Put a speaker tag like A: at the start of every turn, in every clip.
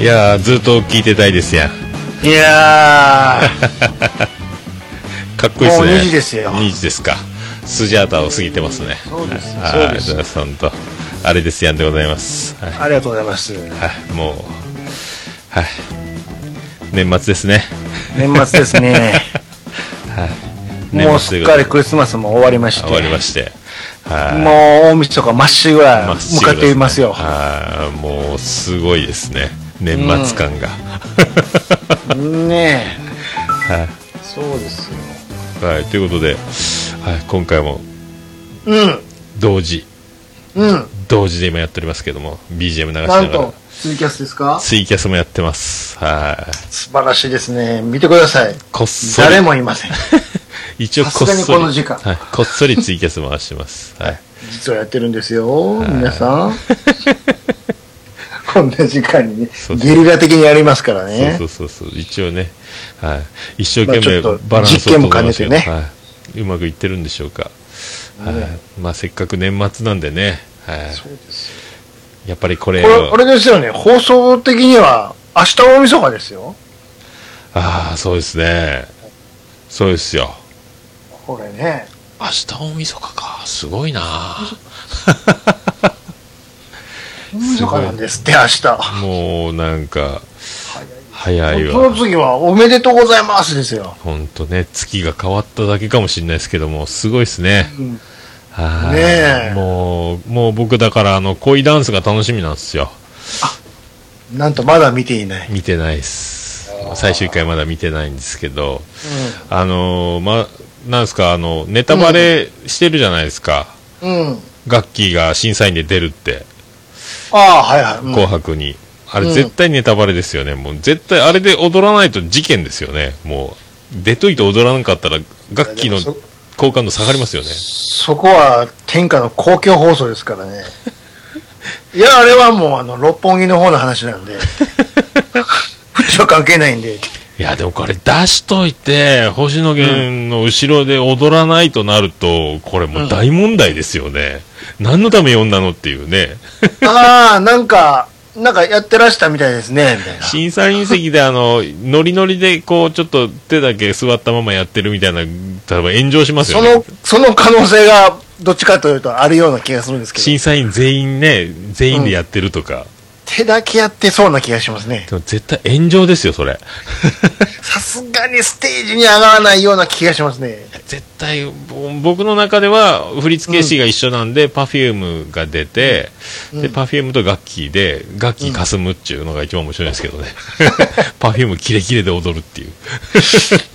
A: いやーずっと聞いてたいですやん
B: いや
A: かっこいいですね
B: もう2時ですよ
A: 2時ですかスジャータを過ぎてますね
B: ー、そうです、そ
A: は
B: う
A: い
B: で
A: ジ
B: す
A: ャ。さんとあれですやんでございますはい、
B: ありがとうございます。
A: はい、もうはい年末ですね
B: 年末ですね。もうすっかりクリスマスも終わりまして、
A: 終わりましてはい
B: もう大晦日まっしぐらい向かっていますよ。
A: あもうすごいですね年末感が、
B: ね
A: はい
B: え、そうですよ。
A: はい、ということで、はい、今回も同時
B: うん、うん、
A: 同時で今やっておりますけども BGM 流しなが
B: なんと
A: ら、
B: ツイキャスですか
A: ツイキャスもやってますはい
B: 素晴らしいですね。見てください。
A: こっそり
B: 誰もいません。
A: 一応こっ
B: さす
A: そ
B: が
A: り
B: にこの時間
A: はい、こっそりツイキャス回してます、 はい、
B: 実はやってるんですよ、皆さん。こんな時間にね
A: そう、そう
B: ゲリラ的にやりますからね
A: そ。うそうそうそう一応ね、はい、一生懸命
B: まあちょっと
A: バランスを取
B: 実験も兼ねてね
A: ってますけどはいうまくいってるんでしょうか、はいまあ、せっかく年末なんでね、はい、
B: そうですよ
A: やっぱりこれ
B: これ、
A: を
B: あれですよね、放送的には、明日大晦日ですよ。
A: ああそうですねそうですよ
B: これね。
A: 明日大晦日かすごいな
B: 大晦日なんですって、明日。
A: もうなんか早い
B: そ
A: わ
B: の次は、おめでとうございますですよ。
A: 本当ね月が変わっただけかもしれないですけどもすごいですね
B: うん
A: はい
B: ねえ
A: もうもう僕だからあの恋ダンスが楽しみなんですよ
B: なんとまだ見ていない。
A: 見てないです最終回まだ見てないんですけどあのーまなんですかあのネタバレしてるじゃないですか、
B: うん。うん。
A: ガッキーが審査員で出るって
B: ああ、はいはい。うん
A: 紅白に、あれ
B: うん
A: 絶対ネタバレですよね、もう絶対あれで踊らないと事件ですよねもう出といて踊らなかったら楽器の
B: いやでもそ
A: 好感度下がりますよね
B: そこは天下の公共放送ですから ね。いや、あれはもうあの、六本木の方の話なん で。うちは関係ないんで。
A: いやでもこれ出しといて星野源の後ろで踊らないとなるとこれもう大問題ですよね、何のため呼んだのっていうね
B: ああ、なんか、なんかやってらしたみたいですね、みたいな。
A: 審査員席であのノリノリでこうちょっと手だけ座ったままやってるみたいな多分炎上しますよ
B: そ
A: ね
B: の、その可能性が、どっちかというとあるような気がするんですけど
A: 審。査員全員ね全員でやってるとか、
B: 手だけやってそうな気がしますね。
A: でも絶対炎上ですよそれ
B: さすがにステージに上がらないような気がしますね。
A: 絶対ぼ僕の中では振付師が一緒なんで、パフュームが出て、でパフュームと楽器で楽器かすむっていうのが一番面白いんですけど ね、パフュームキレキレで踊るっていう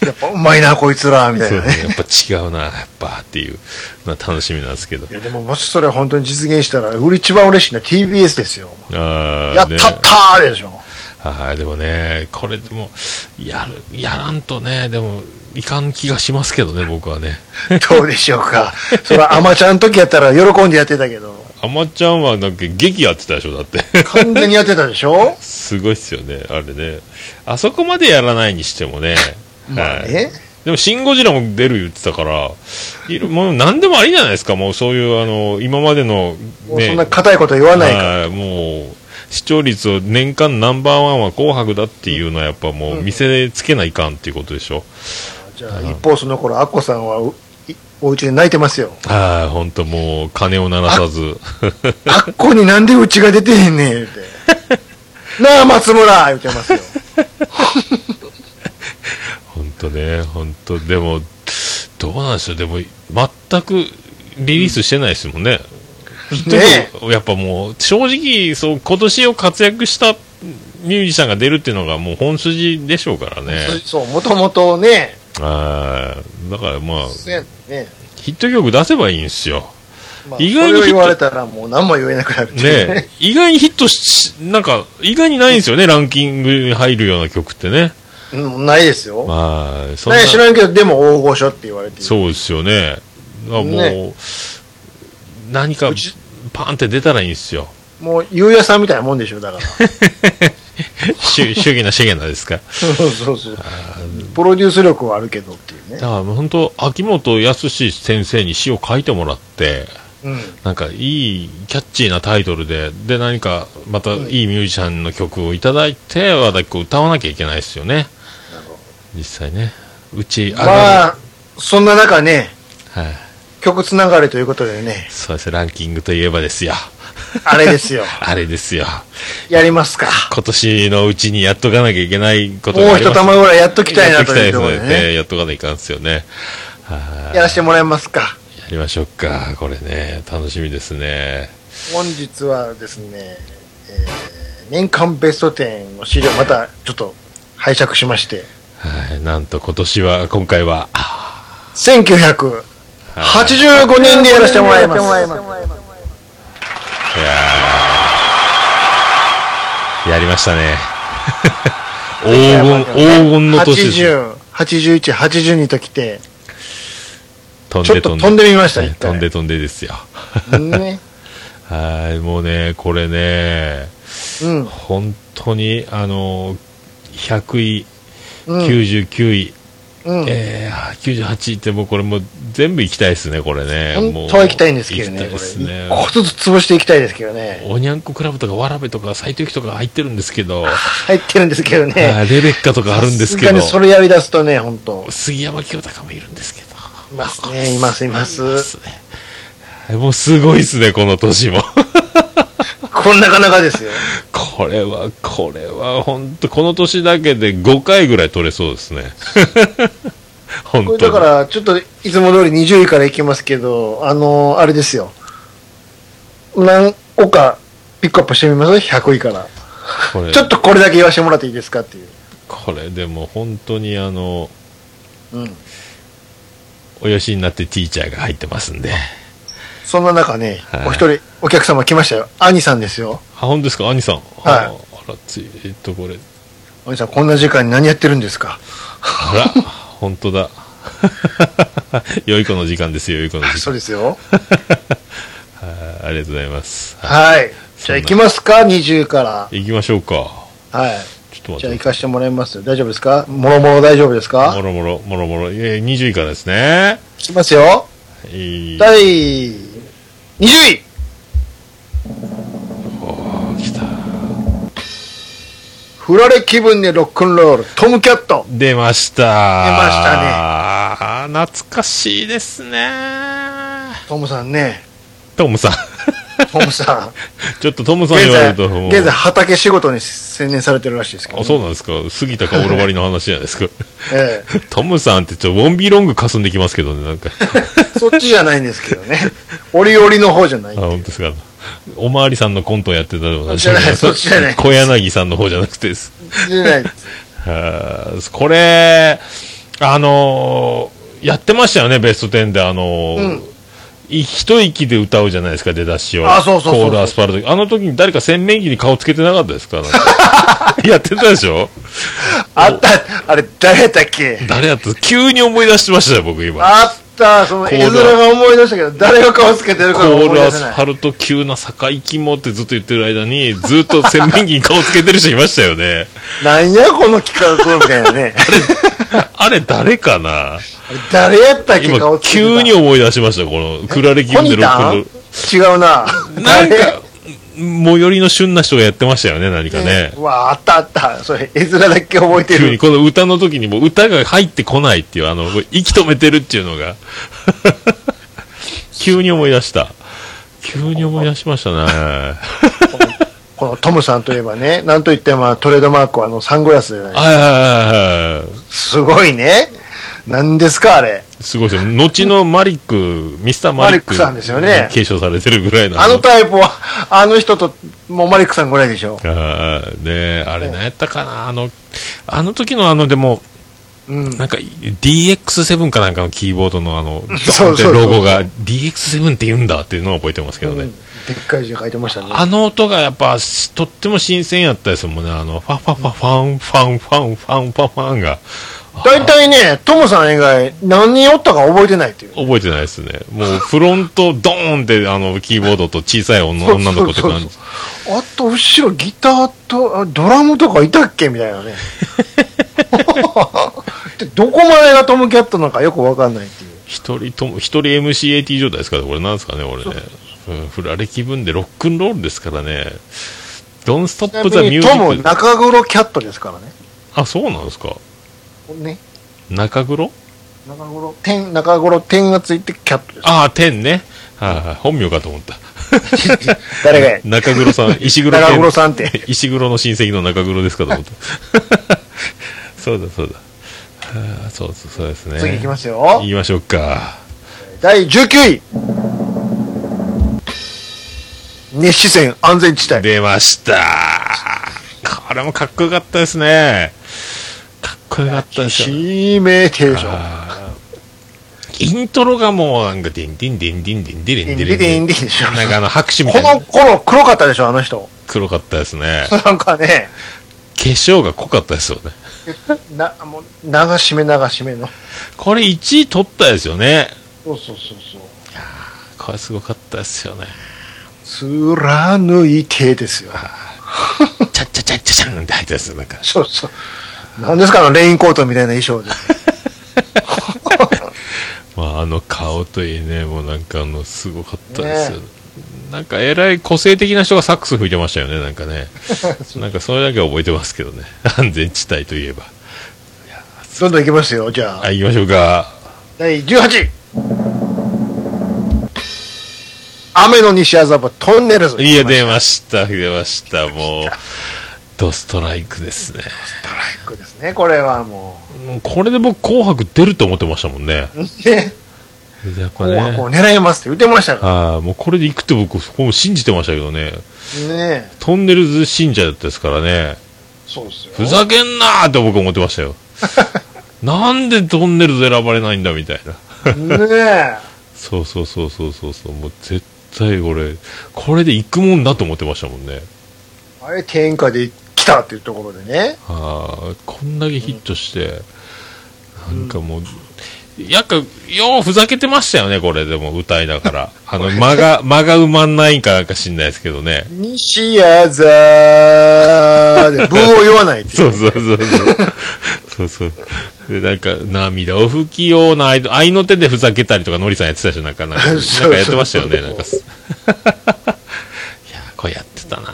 B: やっぱうまいな、こいつら、みたい
A: そう
B: な
A: で
B: ね。
A: すねやっぱ違うなやっぱっていうのは楽しみなんですけど
B: いや、でももしそれ本当に実現したら、うれ一番嬉しいのは TBS ですよ。
A: あー
B: やった
A: ね
B: ったーで しょ。
A: はいでもねこれでもやるやらんとねでもいかん気がしますけどね僕は ね
B: どうでしょうか。それはアマちゃんの時やったら喜んでやってたけど、
A: あまちゃんはなんか劇やってたでしょだって
B: 完全にやってたでしょ
A: すごいっすよね、あれね。あそこまでやらないにしてもね。
B: まあ
A: はい
B: ね。
A: でも、シン・ゴジラも出る言ってたから、いろもう何でもありじゃないですか、もうそういう、あの、今までの、
B: もうそ
A: ね
B: んな、硬いこと言わないから。
A: はいもう、視聴率を年間ナンバーワンは紅白だっていうのは、やっぱもう、見せつけないかんっていうことでしょ。
B: じゃあ、一方その頃、アッコさんはういお家で泣いてますよ。
A: はい、ほんともう、金を鳴らさ ず。
B: アッコになんでうちが出てへんねん、言う て。なあ、松村言ってますよ。
A: 本当ね、本当でも、どうなんでしょう、でも、全くリリースしてないですもんね。
B: ね
A: でもやっぱもう、正直、そう、今年を活躍したミュージシャンが出るっていうのがもう本筋でしょうからね。
B: そう、もともとね、
A: あーだからまあ、
B: そうやね。
A: ヒット曲出せばいいんですよ。
B: まあ、
A: 意外に
B: それを言われたらもう何も言えなくなるっていう
A: ね意外にヒットし、なんか、意外にないんですよね、ランキングに入るような曲ってね。
B: うん、ないですよ。
A: まあ、そんな
B: ない、知らんけど、でも大御所って言われてる。
A: そうですよね。だからもう、
B: ね
A: 何か
B: うち、
A: パーンって出たらいいんです よ。
B: もう、ゆうやさんみたいなもんでし ょ、だから。
A: 主主義な主義なですか。
B: そうそうそう。プロデュース力はあるけどっていう
A: だ
B: ね。
A: からもう本当、秋元康先生に詩を書いてもらって、
B: うん。
A: なんかいいキャッチーなタイトルで、で、何かまたいいミュージシャンの曲をいただいて、和田君歌わなきゃいけないですよね。実際ね。うち、あの、
B: まあ、そんな中ね、
A: はい。
B: 曲つながりということでね、
A: そうです、ランキングといえばですよ。
B: あれで すよ。
A: あれですよ。
B: やりますか。
A: 今年のうちにやっとかなきゃいけないこと
B: もう
A: ありま
B: 一
A: す
B: 玉ぐらいやっときたい
A: や
B: な
A: っと
B: と
A: きたい
B: い
A: うで
B: と
A: す
B: ころで
A: ね
B: ね。
A: やっとかないかんですよね。はい
B: やらせてもらえますか。
A: やりましょうか。これね、楽しみですね。
B: 本日はですね、えー年間ベスト10の資料、またちょっと拝借しまして、
A: はい。なんと今年は、今回は、あ
B: 1985
A: はい
B: 年でやらせてもらいます。
A: いやーやりました ね。黄金、黄金の年ですよ。
B: 80、81、82と来て、
A: 飛
B: ちょっと飛んでみました、
A: はい
B: 一
A: 飛
B: 回
A: んで飛んでですよ。
B: ね。
A: はい。もうね、これね、
B: うん。
A: 本当に、あの、100位、
B: うん。
A: 99位、
B: うん
A: えー、98位ってもうこれもう全部行きたいですね、これね。
B: 本当は行きたいんですけど
A: もう
B: ね、
A: 行きたい
B: こ
A: です
B: れ。一
A: ね。
B: 個ずつ潰していきたいですけどね。
A: おにゃんこクラブとか、わらべとか、斎藤由貴とか入ってるんですけ ど、
B: 入ってるんですけどね。
A: あーレベッカとかあるんですけ
B: さ
A: ど
B: がに、それやり出すとね、本当
A: 杉山清隆もいるんですけど。
B: いますね、います、います。
A: すねもうすごいですね、この年も。
B: こんなかなかですよ。
A: これは、これは、本当この年だけで5回ぐらい取れそうですね。 本
B: こ
A: 当
B: れ
A: に
B: だから、ちょっといつも通り20位からいきますけど、あのーあれですよ。何個かピックアップしてみます ?100 位から。
A: これ
B: ちょっとこれだけ言わせてもらっていいですかっていう。
A: これでも本当にあの、
B: うん。
A: およしになってティーチャーが入ってますんで。
B: そんな中ね
A: は、い
B: お一人お客様来ましたよ。兄さんですよ。
A: あ、本当ですか兄さん。
B: はい
A: ああら、つい、えっと、これ。
B: 兄さん、こんな時間に何やってるんですか
A: あら、 本当だ。 良い子の時間ですよ、良い子の時
B: そう
A: 間。
B: ですよ。
A: はいありがとうございます。は
B: はい。じゃあ行きますか ?20 から。
A: い行きましょうか。
B: はい。
A: ちょっと待
B: じゃあ
A: って
B: 行。かせてもらいますよ。大丈夫ですかもろもろ大丈夫です
A: も
B: か
A: ろもろ、もろもろ。えー、20位からですね。
B: 行きますよ。
A: えー、
B: 第20位
A: おー来た。
B: 振られ気分でロックンロール、トムキャット。
A: 出ました。出
B: ましたね
A: あー懐かしいですね。
B: トムさんね、
A: トムさん。
B: トムさん、
A: ちょっとトムさん
B: 現
A: 言われ
B: 在、
A: るともう。
B: 現在畑仕事に専念されてるらしいですけど、
A: あ、そうなんですか。杉田かおろばりの話じゃないですか。
B: え
A: トムさんってちょ、ウォンビーロングかすんできますけどね、なん か。
B: えそっちじゃないんですけどね、折々の方じゃない
A: あ、。本当ですか。おまわりさんのコントをやってたでも
B: じゃないそっちじゃない
A: 小柳さんの方じゃなくてです。
B: じゃない
A: あーこれ、あのーやってましたよね、ベスト10で、あのー
B: うん
A: い一息で歌うじゃないですか、出だしを。
B: あそうそうそうそう
A: コールアスパルト。あの時に誰か洗面器に顔つけてなかったですか なんかやってたでしょ
B: あった、あれ、誰だっけ
A: 誰やった急に思い出しましたよ、僕今。
B: あった、その
A: コー
B: 絵
A: ル
B: 面が思い出したけど、誰が顔つけてる
A: コ
B: かが思い
A: ール
B: 出
A: ア
B: せ
A: スフ
B: ない。
A: ァルト急な坂行きもってずっと言ってる間に、ずっと洗面器に顔つけてる人いましたよね。
B: なんや、この企画みたいなね。
A: あれ誰かな
B: あれ誰やったっけ、顔
A: 今
B: つけてた
A: 急に思い出しました、この、クラレキ
B: コ
A: ンで
B: ニ
A: ロ
B: タ
A: ッ
B: ン
A: ク
B: 違うな。
A: ンなん
B: 誰
A: か、最寄りの旬な人がやってましたよね、何かね。
B: うわあったあった。それ、絵面だけ覚えて
A: 急に
B: る。
A: この歌の時にもう歌が入ってこないっていう、あの、息止めてるっていうのが。 急に思い出した。急に思い出しましたね。
B: このトムさんといえばね、 なんといってもトレードマークはあのサングラスじゃない。
A: はいはいはいはい。
B: すごいね。何ですか、あれ。
A: すごいですよ。後のマリック、ミスターマリック。
B: マリックさんですよね
A: 継承されてるぐらいの。
B: あのタイプは、 あの人と、もうマリックさんぐらいでしょ。
A: あーねあれ何やったかな、あの、あの時のあの、でも、
B: う ん。
A: なんか DX7 かなんかのキーボードのあの、ド
B: そ
A: ーン
B: う
A: って
B: そうそう
A: ロゴが DX7 って言うんだっていうのを覚えてますけど
B: う
A: ね
B: ん。でっかい字が書いてましたね。
A: あの音がやっぱしとっても新鮮やったですもんね。あの、ファファファファンファンファンファンファンファンが
B: 大体ね、トムさん以外、何人おったか覚えてないっていう。
A: 覚えてないですね。も うフロントドーンってあのキーボードと小さい女女の子って感
B: そ
A: じ
B: うそう。そうあと、後ろギターと、あドラムとかいたっけみた いなね。でどこまでがトム・キャットなのかよくわかんないっていう。
A: 一人とも、一人 MCAT 状態ですから、これなんですかね、俺ね。うん、振られ気分でロックンロールですからね。ドンスト
B: ちな
A: ッ
B: み
A: プザミュ
B: に、トも
A: ージック。
B: 中黒キャットですからね。
A: あ、そうなんですか。
B: ね。
A: 中黒
B: 中頃、点、中頃、点がついてキャットです。
A: ああ、天ね。はいはい、本名かと思った。
B: 誰がや
A: 中黒さん、石黒
B: 中
A: 天
B: 黒さんって。
A: 石黒の親戚の中黒ですかと思った。そうだそうだ。はあそうそうそうですね。
B: 次いきますよ。
A: 行きましょうか。
B: 第19位。熱視線安全地帯。
A: 出ました。これもかっこよかったですね。かっこよかったですよ。
B: 指名定常。
A: あーイントロがもうなんか、ディンディンディンディンディンディ
B: デ
A: ン
B: ィ
A: ディ
B: ンディ
A: ンデ
B: ディ
A: ィ
B: ン
A: ン。
B: ディでしょ。
A: な
B: こ
A: んかあの拍手みたい
B: の
A: な
B: 頃黒かったでしょ、あの人。
A: 黒かったですね。
B: なんかね、
A: 化粧が濃かったですよね。
B: な、もう、流し目流し目の。
A: これ1位取ったですよね。
B: そうそうそうそう。
A: これすごかったですよね。
B: 貫いてですよ。
A: チャッチャチャッチャチャンって入ったやつ、なんか。
B: そうそう。なんですか、あの、レインコートみたいな衣装 で。
A: まあ、あの顔といいね、もうなんかあの、すごかったですよね。なんか、えらい個性的な人がサックス吹いてましたよね、なんか ね。なんか、それだけは覚えてますけどね。 安全地帯といえば。
B: どんどんいきますよ、じゃあ。
A: はい、行きましょうか。
B: 第18位。雨の西麻布トンネルズ。
A: いや、出ました、出ました、もう。ドストライクですね。
B: ストライクですね、これはも
A: もうこれで僕、紅白出ると思ってましたもんね。
B: う。ね、
A: やっぱ
B: 紅
A: ね。
B: 白を狙いますって言ってましたか
A: ああ、もうこれで行くって僕、そこも信じてましたけどね。
B: らね。
A: トンネルズ信者だったですからね。
B: そうですよ。
A: ふざけんなーって僕思ってましたよ。 なんでトンネルズ選ばれないんだみたいな。
B: ね
A: そうそうそうそうそうそう。もう絶対これ、これで行くもんだと思ってましたもんね。
B: あれ、天下で来たっていうところでね。
A: ああ、こんだけヒットして、なんかもう、やっか、ようふざけてましたよね、これでも歌いながら。あの、間が、間が埋まんないんかなんか知んないですけどね。
B: 西麻 布で、ブーを言わないってい
A: そうそうそうそう。そうそう。で、なんか、涙を拭きような愛の、愛の手でふざけたりとか、のりさんやってたでしょ、なんか、なんか、なん
B: そうそう
A: かやってましたよね、なんか。い や、これやってたな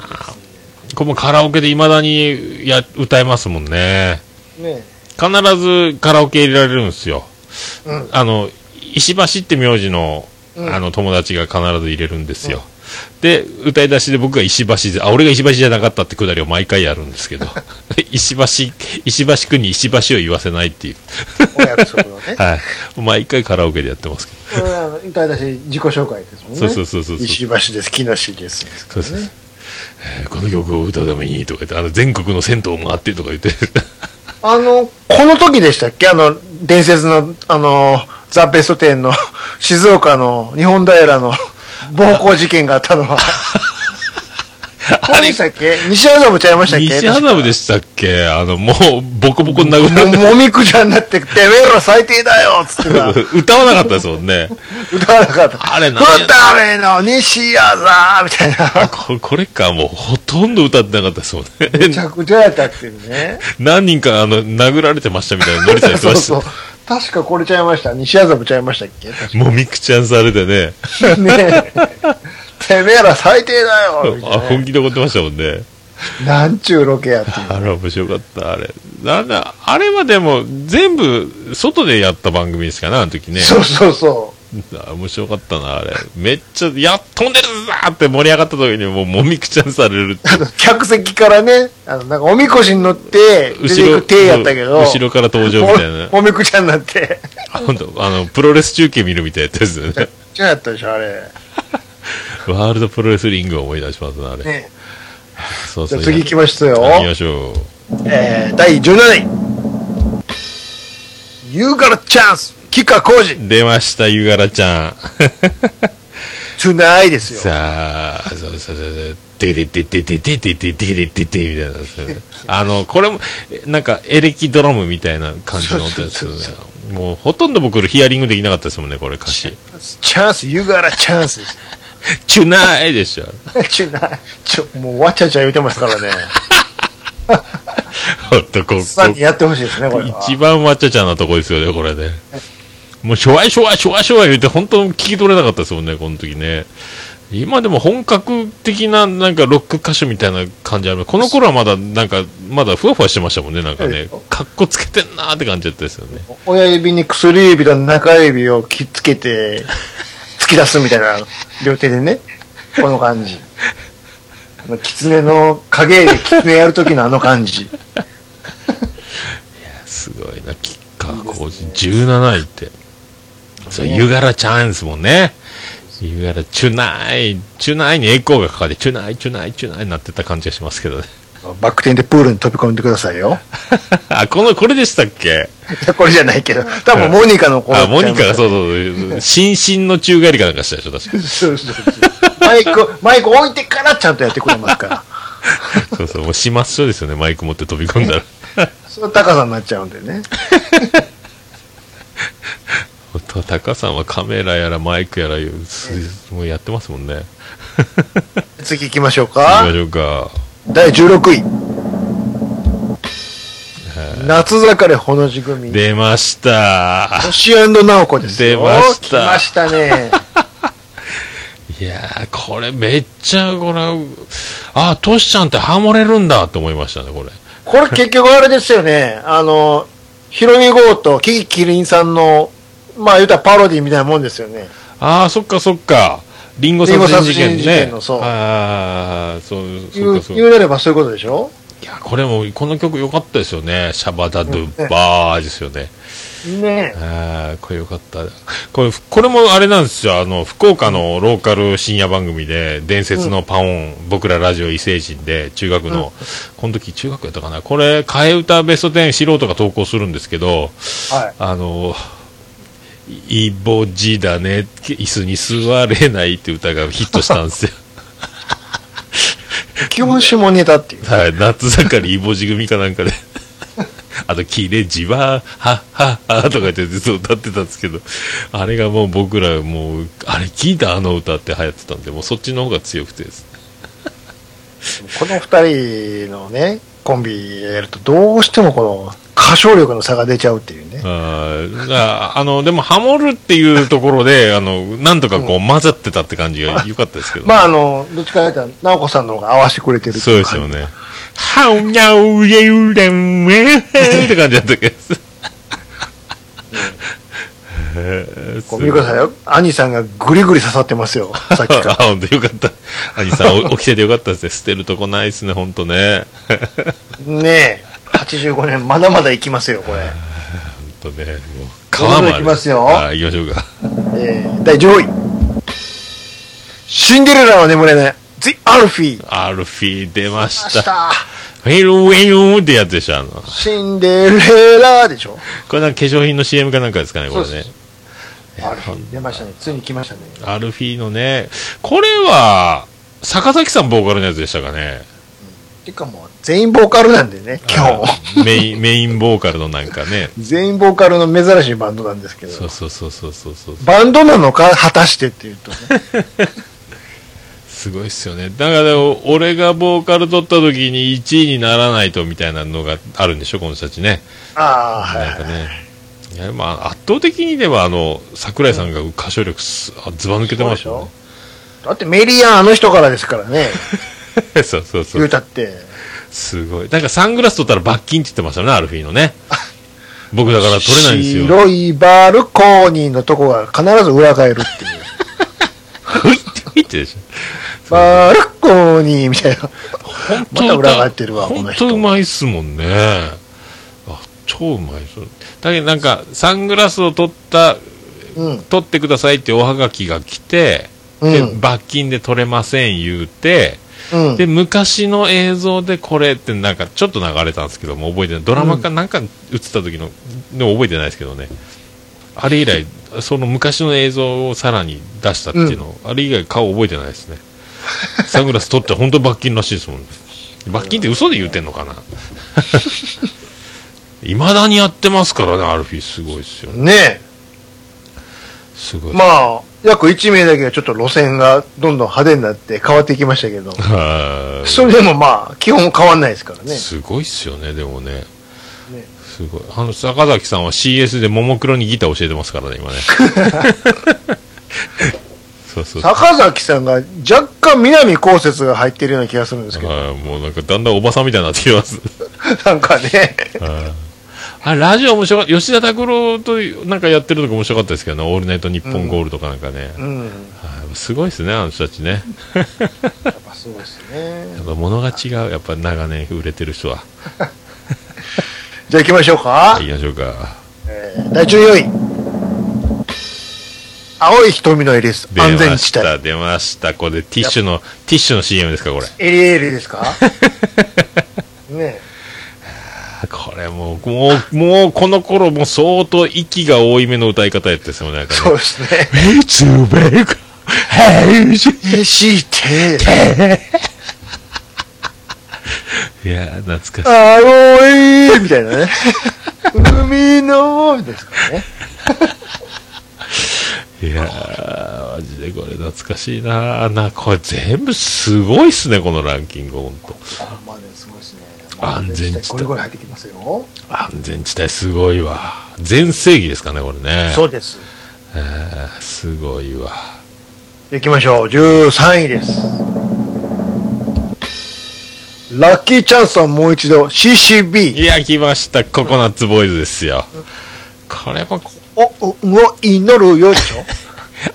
A: これもカラオケで未だにや、歌えますもんね。
B: う。ね
A: 必ずカラオケ入れられるんですよ。
B: うん
A: あの、石橋って名字の、
B: うん
A: あの、友達が必ず入れるんですよ。で、歌い出しで僕が石橋で、あ、俺が石橋じゃなかったってくだりを毎回やるんです けど、石橋、石橋くんに石橋を言わせないっていう。
B: お約束をね。
A: はい。毎回カラオケでやってますけど。
B: これはあの歌い出し自己紹介ですもんね。
A: そうそうそうそうそう
B: 石橋です、木梨です。
A: そうですね。えーこの曲を歌うためにとか言って、あの、全国の銭湯を回ってとか言って、
B: あの、この時でしたっけあの、伝説の、あの、ザ・ベスト10の 静岡の日本平の暴行事件があったの は。これでしたっけ西麻布ちゃいましたっけ
A: 西花部でしたっけあの、もう、ボコボコに殴られて、
B: ももみくちゃになって、てめえら最低だよっつ ってな
A: 歌わなかったですもんね。
B: 歌わなかった。
A: あれ
B: な
A: 何
B: ん
A: や
B: だれの西麻布みたいな。
A: こ これか、もうほとんど歌ってなかったですもん
B: めち
A: ね。
B: ゃくちゃやったっていう ね。
A: 何人かあの殴られてましたみたいな、ノリさん言って
B: そ
A: ま
B: う
A: し
B: そう
A: た。。
B: 確かこれちゃいました。西麻布ちゃいましたっけ確
A: もみくちゃんされてね、
B: かねえてめえら最低だよみたい
A: あ
B: な
A: 本気で怒ってましたもんね。
B: なんちゅうロケやっていう
A: あれ面白かった、あれ。なんだ、あれはでも全部外でやった番組ですかね、あの時ね。
B: そうそうそ
A: あ面白かったな、あれ。めっちゃ、やっとんでるぞーって盛り上がった時にもうもみくちゃんされるっていう
B: う。あの客席からね、あの、なんかおみこしに乗って、出ていく手やったけど、
A: 後ろから登場みたいな。
B: おおみくちゃんになって。
A: あ本当あの、プロレス中継見るみたいなやつですよ ね。
B: ちゃやったでしょ、あれ。
A: ワールドプロレスリングを思い出しますな、あれ。
B: ね、
A: そう
B: じ
A: そ
B: ゃあ
A: う。
B: 次行きましたよ。
A: 行きましょう。
B: えー、第17位。You got a chance! 吉川浩司
A: 出ました、ゆがらちゃん。
B: !Tonight ですよ。
A: さあ、そうそうそうそう。てれてててててててれててみたいなですよね。あの、これも、えなんか、エレキドラムみたいな感じの音ですよね
B: そうそう。
A: もう、ほとんど僕、ヒアリングできなかったですもんね、これ、歌詞。
B: チャンス、You got a chance! です
A: チュナーイでし ょ。
B: ちな、ちょ、もうわちゃわちゃ言うてますか らね。
A: ほんと、ここ、
B: さっきやってほしいですね、これは。
A: 一番わっちゃちゃなとこですよね、これね。もう、しょわいしょわいしょわいしょわい言って、本当聞き取れなかったですもんね、この時ね。今でも本格的な、なんかロック歌手みたいな感じある。この頃はまだ、なんか、まだふわふわしてましたもんね、なんかね。かっこつけてんなーって感じだったですよね。
B: 親指に薬指と中指をきっつけて、突き出すみたいな、両手でね。この感じ。あの、狐の影で狐やるときのあの感じ。
A: すごいな、キッカー工事、17位って。そう、ユガラチャンですもんね。ユガラ、チュナイ、チュナイに栄光がかかって、チュナイ、チュナイ、チュナイになってた感じがしますけどね。
B: バック転でプールに飛び込んでくださいよ。
A: あ、この、これでしたっけ
B: いやこれじゃないけど、多分モニカの子。
A: あ、モニカがそううそうそう、新進の宙返りかなんかしたでしょ、確 か
B: そうそうそうマイク、マイク置いてからちゃんとやってくれますから。
A: に。そうそう、もう始末書ですよね、マイク持って飛び込んだ ら。
B: その高さになっちゃうんでね。
A: 本当は高さんはカメラやらマイクやらいう、すもうやってますもんね。
B: 次行きましょう
A: 行きま
B: か。
A: しょうか。
B: 第16位。夏盛れほの字組。
A: 出ました。
B: 星直子ですよ。
A: 出ました
B: 来ましたね。
A: いやー、これめっちゃ、これ、あー、トシちゃんってハモれるんだと思いましたね、これ。
B: これ結局あれですよね。あの、ヒロミ号とキキキリンさんの、まあ言うたらパロディみたいなもんですよね。
A: あー、そっかそっか。リンゴ殺人事件
B: リンゴ殺人事件
A: ね。
B: のそう
A: あー、そう、
B: 言
A: そう
B: う、
A: かそう
B: 言
A: か。
B: うなればそういうことでしょ
A: いや、これも、この曲良かったですよね。シャバダドゥバーですよね。
B: ね
A: あー、これ良かった。これ、これもあれなんですよ。あの、福岡のローカル深夜番組で、伝説のパオン、僕らラジオ異星人で、中学の、この時中学やったかな。これ、替え歌ベスト10素人が投稿するんですけど、
B: は
A: あの、いいぼじだね、椅子に座れないって歌がヒットしたんですよ。
B: い。基本下ネタっていう。
A: はい、夏盛りいぼじ組かなんかで。あと、切れじは、はっはっはとか言ってずっと歌ってたんですけど、あれがもう僕ら、もう、あれ聞いたあの歌って流行ってたんで、もうそっちの方が強くてですね。
B: この二人のね、コンビやるとどうしてもこの歌唱力の差が出ちゃうっていうね。
A: あーああの、でもハモるっていうところで、あの、なんとかこう混ざってたって感じが良かったですけどね、
B: まああの、どっちかというと、直子さんの方が合わせてくれてるって
A: そう
B: い
A: です
B: 感
A: よ
B: じ。
A: ね。ハウニャウレウレンウェー って感じだったけど。
B: こう見てくださいよ。兄さんがグリグリ刺さってますよ。さっき
A: あ
B: か、
A: 本当よかった。兄さん、お 起きててよかったですね。捨てるとこないですね、本当ね。
B: ら。ねえ。85年、まだまだ行きますよ、これ。
A: 本当ね。もう
B: どんどん行きますよ
A: あ、行きましょうか。
B: えー、第10位。シンデレラは眠れない。The アルフィー。
A: アルフィー出ま
B: 明
A: した。
B: 日、
A: フェルウェルってやつでしょ、あの。こ
B: シンデレラでしょ。
A: れなんか化粧品の CM かなんかですかね、これ
B: そう
A: ね
B: そ。アルフィー出ましたね。ついに来ましたね。
A: アルフィーのね、これは、坂崎さんボーカルのやつでしたかね。
B: てかもう、全員ボーカルなんでね、今日。
A: 日。メイン、メインボーカルのなんかね。
B: 全員ボーカルの珍しいバンドなんですけど。
A: そうそうそうそうそうそう。
B: バンドなのか、果たしてっていう とね。
A: すごいっすよね。だから、俺がボーカル取った時に1位にならないとみたいなのがあるんでしょ、この人たちね。
B: ああ、は
A: な
B: い
A: ん
B: は
A: か
B: い。
A: ね。いや、まあ、圧倒的にでは、あの、桜井さんが歌唱力す、あずば抜けてましたよ
B: だってメリーアンあの人からですからね、
A: ね。 そうそうそ
B: 言う
A: う。
B: たって。
A: すごい。なんかサングラス取ったら罰金って言ってましたよね、アルフィーのね。僕だから取れないんです よ。
B: 白いバルコーニーのとこが必ず裏返るっていう。
A: ふいってふいってでしょ。
B: バルコニーみたいな。
A: 本
B: また裏返ってるわこの人
A: 本当うまいっすもんねあ超うまいっすだけどなんかサングラスを取った
B: うん。
A: 取ってくださいっておはがきが来て、
B: うん
A: で罰金で取れません言うて、
B: うん。
A: で昔の映像でこれってなんかちょっと流れたんですけどもう覚えてないドラマかなんか映った時の、でも覚えてないですけどねあれ以来その昔の映像をさらに出したっていうの、あれ以外顔覚えてないですねサングラス取って本当罰金らしいですもんね罰金って嘘で言うてんのか ないまだにやってますからねアルフィーすごいですよね
B: ね
A: すご
B: え。
A: い、。
B: まあ、約1名だけはちょっと路線がどんどん派手になって変わっていきましたけど
A: はい
B: それでもまあ、基本変わんないですからね。
A: すごいっすよねでもね
B: ね
A: すごい。あの、坂崎さんは CS でももクロにギター教えてますからね、 今ね。そうそう。
B: 坂崎さんが若干南こうせつが入ってるような気がするんですけど、
A: はい、もうなんかだんだんおばさんみたいになってきます。
B: なんかね、
A: あ、ラジオ面白かった。吉田拓郎となんかやってるのが面白かったですけどね。オールナイトニッポンゴールとかなんかね。
B: うん、
A: はいすごいですね、あの人たちね。
B: やっぱそうですね
A: や。っぱ物が違う。やっぱ長年売れてる人は。
B: じゃあ行きましょうか
A: は。い、行きましょうか。
B: 第14位。青い瞳のエリス。
A: 出
B: 安全
A: まし
B: 地帯。
A: た、出ました。これティッシュの、ティッシュの CM ですか、これ。
B: エリエリです かね
A: これもう、もう、もうこの頃もう相当息が多いめの歌い方やってですもんね、なんか
B: そう
A: ね。
B: ですね。
A: メツベク、ヘイジ
B: しいて、
A: いやー、懐かしい。
B: 青いみたいなね。海の、ですからね。
A: いやー、マジでこれ懐かしいなーな、これ全部すごいっすね、このランキング、ほんと。
B: ほんまですごいですね。
A: 安全地帯
B: これぐらい入ってきますよ。
A: 安全地帯すごいわ。全盛期ですかね、これね。
B: そうです。
A: えー、すごいわ。
B: 行きましょう。13位です。ラッキーチャンスはもう一度 CCB。
A: いや、来ました、ココナッツボーイズですよ。これも、
B: お、お、お、祈るよでしょ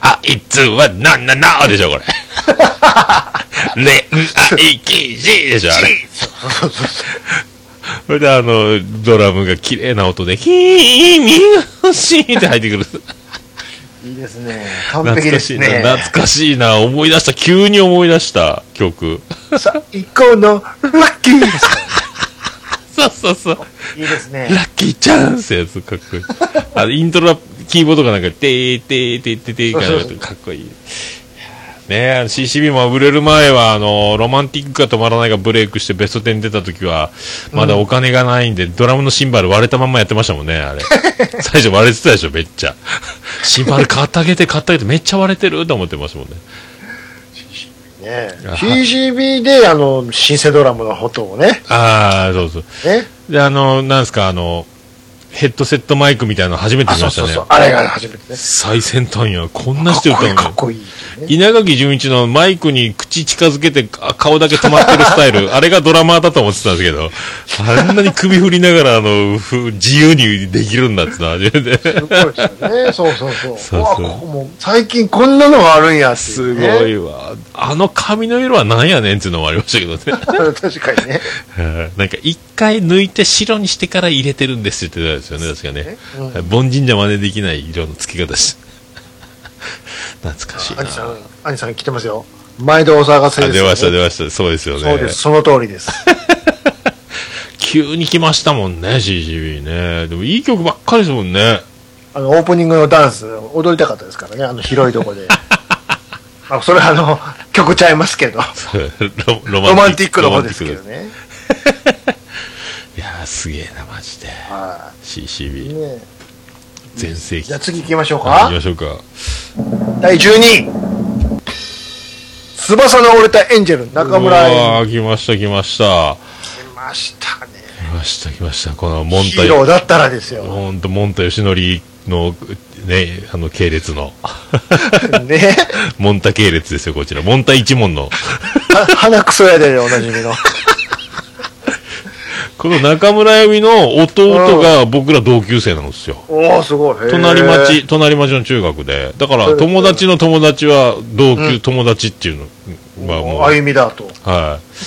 A: あいつはなんななでし ょ、これ。恋愛禁止でしょ、あれ。
B: そうそうそう
A: それで、あの、ドラムが綺麗な音で、君をしいって入ってくる。
B: いいですね。完
A: 懐
B: 璧で
A: かし
B: す
A: いな、
B: ね。
A: 懐かしいな、思い出した、急に思い出した曲。
B: 最高のラッキーです。
A: そうそうそう。
B: いいです
A: ラ
B: ね。
A: ッキーチャンスやつ、かっこいい。あのイントロ、キーボードがなんか、てーてーてーてーてーがなんかかっこいい。ねえ、あの CCB も売れる前は、あの、ロマンティックが止まらないがブレイクしてベスト10に出た時は、まだお金がないんで、ドラムのシンバル割れたまんまやってましたもんね、あれ。最初割れてたでしょ、めっちゃ。シンバル買ってあげて、買ってあげて、めっちゃ割れてると思ってましたもんね。
B: ね
A: あ
B: CCB で、あの、シンセドラムの音をね。
A: ああ、そうそう。
B: ね。
A: で、あの、なんですか、あの、ヘッドセットマイクみたいなの初めて
B: あ、
A: 見
B: そう
A: ました
B: そう
A: ね
B: そう。。あれが初めてね。
A: 最先端や。こんなして歌うの
B: かっこいいかっこいいね。
A: 稲垣潤一のマイクに口近づけてあ顔だけ止まってるスタイ ル、あれがドラマーだと思ってたんですけど、あんなに首振りながら、あの、ふ自由にできるんだってのは初めて。
B: すごいですよね。そうそうそ
A: そ
B: う。
A: うそう
B: うわここも最近こんなのがあるんやって い
A: す
B: うね、
A: ごいわ。あの髪の色はなんやねんっていうのもありましたけどね。
B: 確かにね。
A: はいなんか一回抜いて白にしてから入れてるんですって言ってたんですよね、確かね。凡人じゃ真似できない色の付け方し。 懐かしいな
B: 兄。さん、兄さん来てますよ。毎度お騒がせで
A: あ
B: す、
A: 出ました、出ました。そうですよね。
B: そうです。その通りです。
A: 急に来ましたもんね、CCB ね。でもいい曲ばっかりですもんね。
B: あの、オープニングのダンス、踊りたかったですからね、あの広いとこ で。あそれはあの、曲ちゃいますけど。
A: ロ
B: ロマンティックの方
A: ロマンティック
B: ですけどね。
A: いやー、すげえな、マジで。
B: は
A: CCB、
B: い。ね
A: 全盛期。
B: じゃあ
A: 行
B: 次行きましょう
A: き
B: か
A: ま。しょうか。
B: 第12位。翼の折れたエンジェル、中村
A: あ
B: 愛。
A: 来ました、来ました。
B: 来ましたね。
A: 来ました、来ました。この、モン
B: ヒ
A: タ
B: ーローだったらですよ。
A: ほんと、モンタヨシノリの、ね、あの、系列の。
B: ね。
A: モンタ系列ですよ、こちら。モンタ一門の。
B: は鼻くそやで、おなじ みの。
A: この中村由美の弟が僕ら同級生なんですよ。
B: おおすごい。へー
A: 隣町、。隣町の中学で。だから、友達の友達は同級友達っていうのはもう、
B: 歩みだと。
A: はい。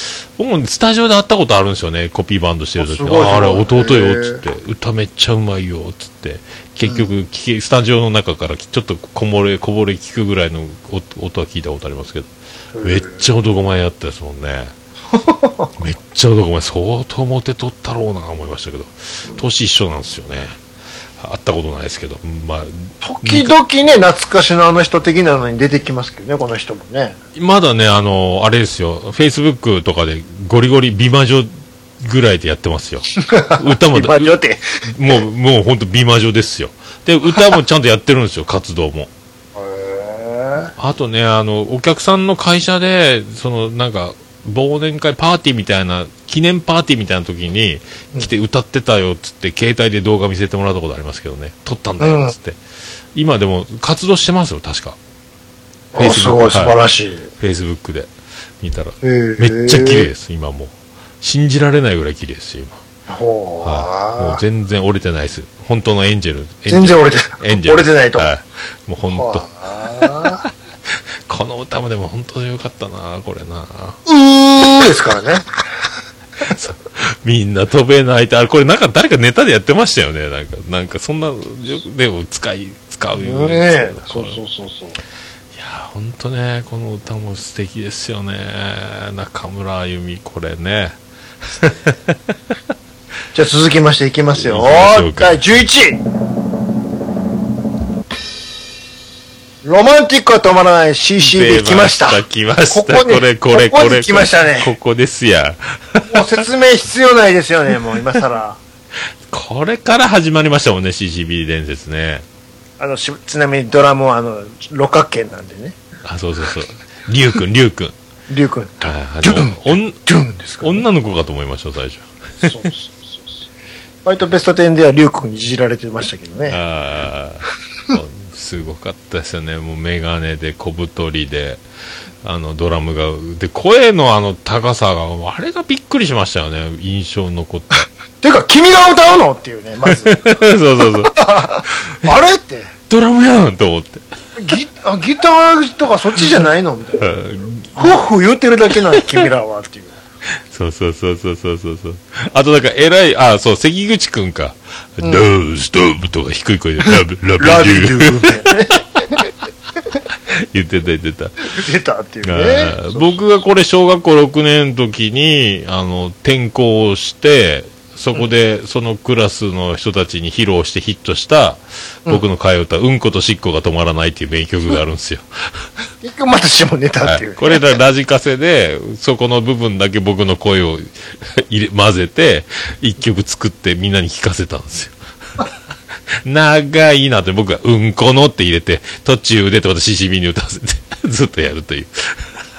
A: 僕もスタジオで会ったことあるんですよね、コピーバンドしてる時
B: あす
A: に。
B: ごい
A: ああれ、
B: すごい
A: 弟よ、っつって。歌めっちゃうまいよ、っつって。結局、聞けスタジオの中からちょっとこぼれ、こぼれ聞くぐらいの音音は聞いたことありますけど。めっちゃ男前やったですもん ね。めっちゃ男前。相当モテとったろうな、思いましたけど。年一緒なんですよね。会ったことないですけど。まあ、
B: 時々ね、懐かしのあの人的なのに出てきますけどね、この人もね。
A: まだね、あの、あれですよ、フェイスブックとかでゴリゴリ美魔女ぐらいでやってます よ。歌も、
B: 今、両手。
A: もう、もう本当美魔女ですよ。で、歌もちゃんとやってるんですよ、 活動も。あとね、あの、お客さんの会社で、その、なんか、忘年会パーティーみたいな記念パーティーみたいな時に来て歌ってたよっつって携帯で動画見せてもらったことありますけどね撮ったんだよっつって、今でも活動してますよ確か
B: おすごい素晴ら
A: い
B: しい。
A: フェイスブックで見たら
B: へー
A: めっちゃ綺麗です今もう信じられないぐらい綺麗ですよ今
B: ほう、
A: はい、もう全然折れてないです本当のエンジェル
B: 全然折れて
A: エンジェル
B: 折れてないと
A: はい、もう本当
B: はあ
A: この歌もでも本当によかったなこれな
B: うーですからね。
A: そうみんな飛べないってあれこれなんか誰かネタでやってましたよねなんかなんかそんなよでも使い使うよ
B: ね
A: ね、
B: えそうそうそうそう。
A: いや本当ねこの歌も素敵ですよね中村あゆみこれね
B: じゃあ続きましていきますよ
A: 行きましょう。か
B: 第11位。ロマンティックは止まらない CC で来ました。
A: 来ました
B: ここに
A: これこれ
B: ここに
A: これ
B: 来ましたね
A: ここですや
B: もう説明必要ないですよね、もう今更。
A: これから始まりましたもんね CCB 伝説ね
B: あの、しちなみにドラムはあの、六角形なんでね。
A: あそうそう そう龍くん龍くん
B: リュウ君。
A: ああ
B: ジュン
A: のおん
B: ジュンですからね
A: 女の子かと思いました最初
B: そうそうそうそう。割とベスト10ではリュウ君にいじられてましたけどね。
A: ああ すごかったですよねもう眼鏡で小太りであのドラムがで声のあの高さがあれがびっくりしましたよね印象に残 って
B: ていうか、君が歌うのっていうね、ま ず。
A: そうそうそう
B: あれって。
A: ドラムやんと思って
B: ギあギターとかそっちじゃないのみたいな。
A: うん
B: ふわふわ言ってるだけなの、君らはっていう。
A: そうそうそうそうそうそうそうあとなんか偉いあそう関口くんか「どうストップ」とか低い声で「ラブ ラブ
B: ラビ
A: ユ
B: ド
A: ー」
B: ゥみたいなね。
A: 言ってた言ってた
B: 出たっていう
A: あー
B: ね。
A: 僕がこれ小学校6年の時にあの転校をしてそこでそのクラスの人たちに披露してヒットした僕の替え歌「うんことしっこが止まらない」っていう名曲があるんですよ、
B: 結局またしてもネタ
A: は
B: ってい。
A: いうこれらラジカセでそこの部分だけ僕の声を 入れ混ぜて一曲作ってみんなに聴かせたんですよ 長いなって僕が「うんこの」って入れて途中でってまた CCB に歌わせて ずっとやるという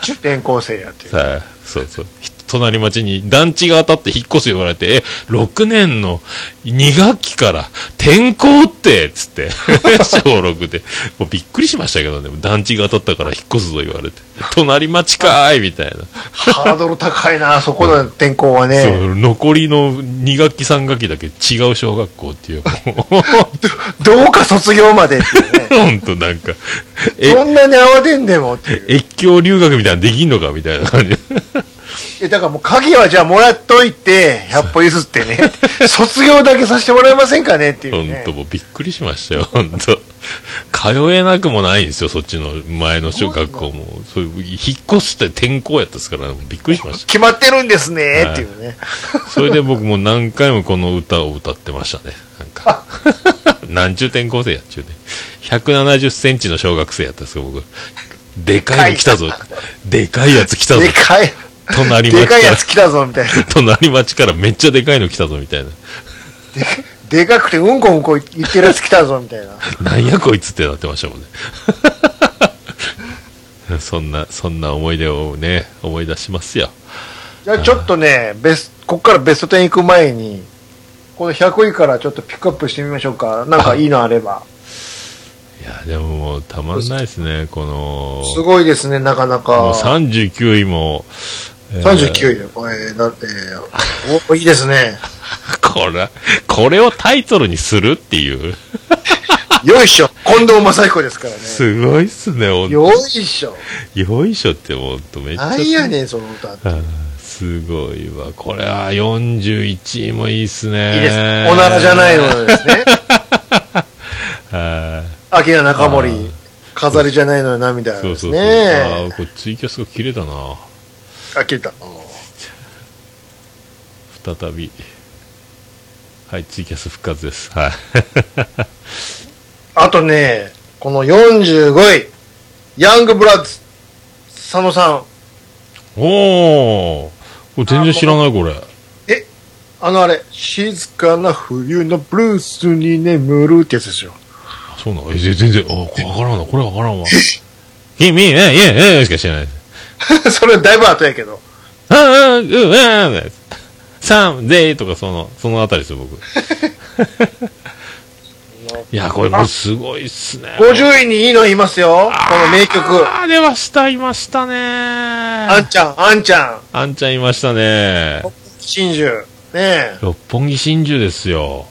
B: 転校生やっていう。
A: さあ、そうそう。ひ隣町に団地が当たって引っ越すよ言われて、え、6年の2学期から転校って、つって、 小6で。もうびっくりしましたけどね、団地が当たったから引っ越すぞ言われて、隣町かーいみたいな。
B: ハードル高いな、そこの転校はね。
A: そう、残りの2学期3学期だけ違う小学校っていう、もう、
B: どう か卒業までっていうね。
A: ほんとなんか、 え、
B: そんなに慌てんでもっていう。
A: 越境留学みたいなのできんのかみたいな感じ。
B: えだからもう鍵はじゃあもらっといて、100歩譲ってね。卒業だけさせてもらえませんかねっていう
A: 本
B: ね
A: 当。もうびっくりしましたよ、 本当。通えなくもないんですよ、そっちの前の小学校も。そういう引っ越して転校やったですから、びっくりしまし
B: 決まってるんですねっていうね。
A: た。それで僕も何回もこの歌を歌ってましたね。なん か。何十転校生やっちゅうね。170センチの小学生やったんですよ、僕。でかいの来たぞ。でかいやつ来たぞ
B: で。かい、
A: 隣町
B: で
A: か
B: かいや
A: ら
B: つ、来たぞみたいな。
A: 隣町からめっちゃでかいの来たぞ、みたいな。
B: でかくてうんこうんこ言ってるやつ来たぞみたいな。
A: なんやこいつってなってましたもんね。 そんな、そんな思い出をね、思い出しますよ。
B: じゃあちょっとね、ベスここからベスト10行く前に、この100位からちょっとピックアップしてみましょうか。なんかいいのあれば。
A: いや、でももうたまんないですね、この、
B: すごいですね、なかな
A: もう
B: か。
A: 39位も、えー
B: 39位だよ、これ。だって、おいいですね。
A: これ、これをタイトルにするっていう。
B: よいしょ。近藤正彦ですからね。
A: すごいっすね、ほんと。
B: よいしょ。
A: よいしょってほんとめっちゃ。
B: なんやねん、その歌って。
A: あーすごいわ。これは41位もいいっすね。
B: いいです。おならじゃないので すね。
A: はい。
B: 秋名中
A: あ
B: 森
A: ー。
B: 飾りじゃないのよ、涙
A: そう
B: で
A: そ
B: す
A: うそう。あ
B: ね
A: あ、。これツイキャスが切れたな。
B: あ、切れた。
A: 再び。はい、ツイキャス復活です。はい。
B: あとね、この45位、ヤングブラッズ、佐野さん。
A: おーこれ全然知らない、これ。
B: え、あのあれ、静かな冬のブルースに眠るってやつですよ。
A: あそうなのえ、ぜ全然、あ、これわからんわ。これわからんわ。え、み、え、え、え、しか知らない。
B: それだいぶ後やけど。
A: ああ、うん、うん、うん。サンデーとかその、そのあたりですよ、僕。いや、これもうすごいっすね。
B: 50位にいいのいますよ。この名曲。
A: あー、出ました、いましたね
B: あ
A: あ
B: んちゃん、あんちゃん、
A: んちゃんいましたね
B: 真珠。ねえ。
A: 六本木真珠ですよ。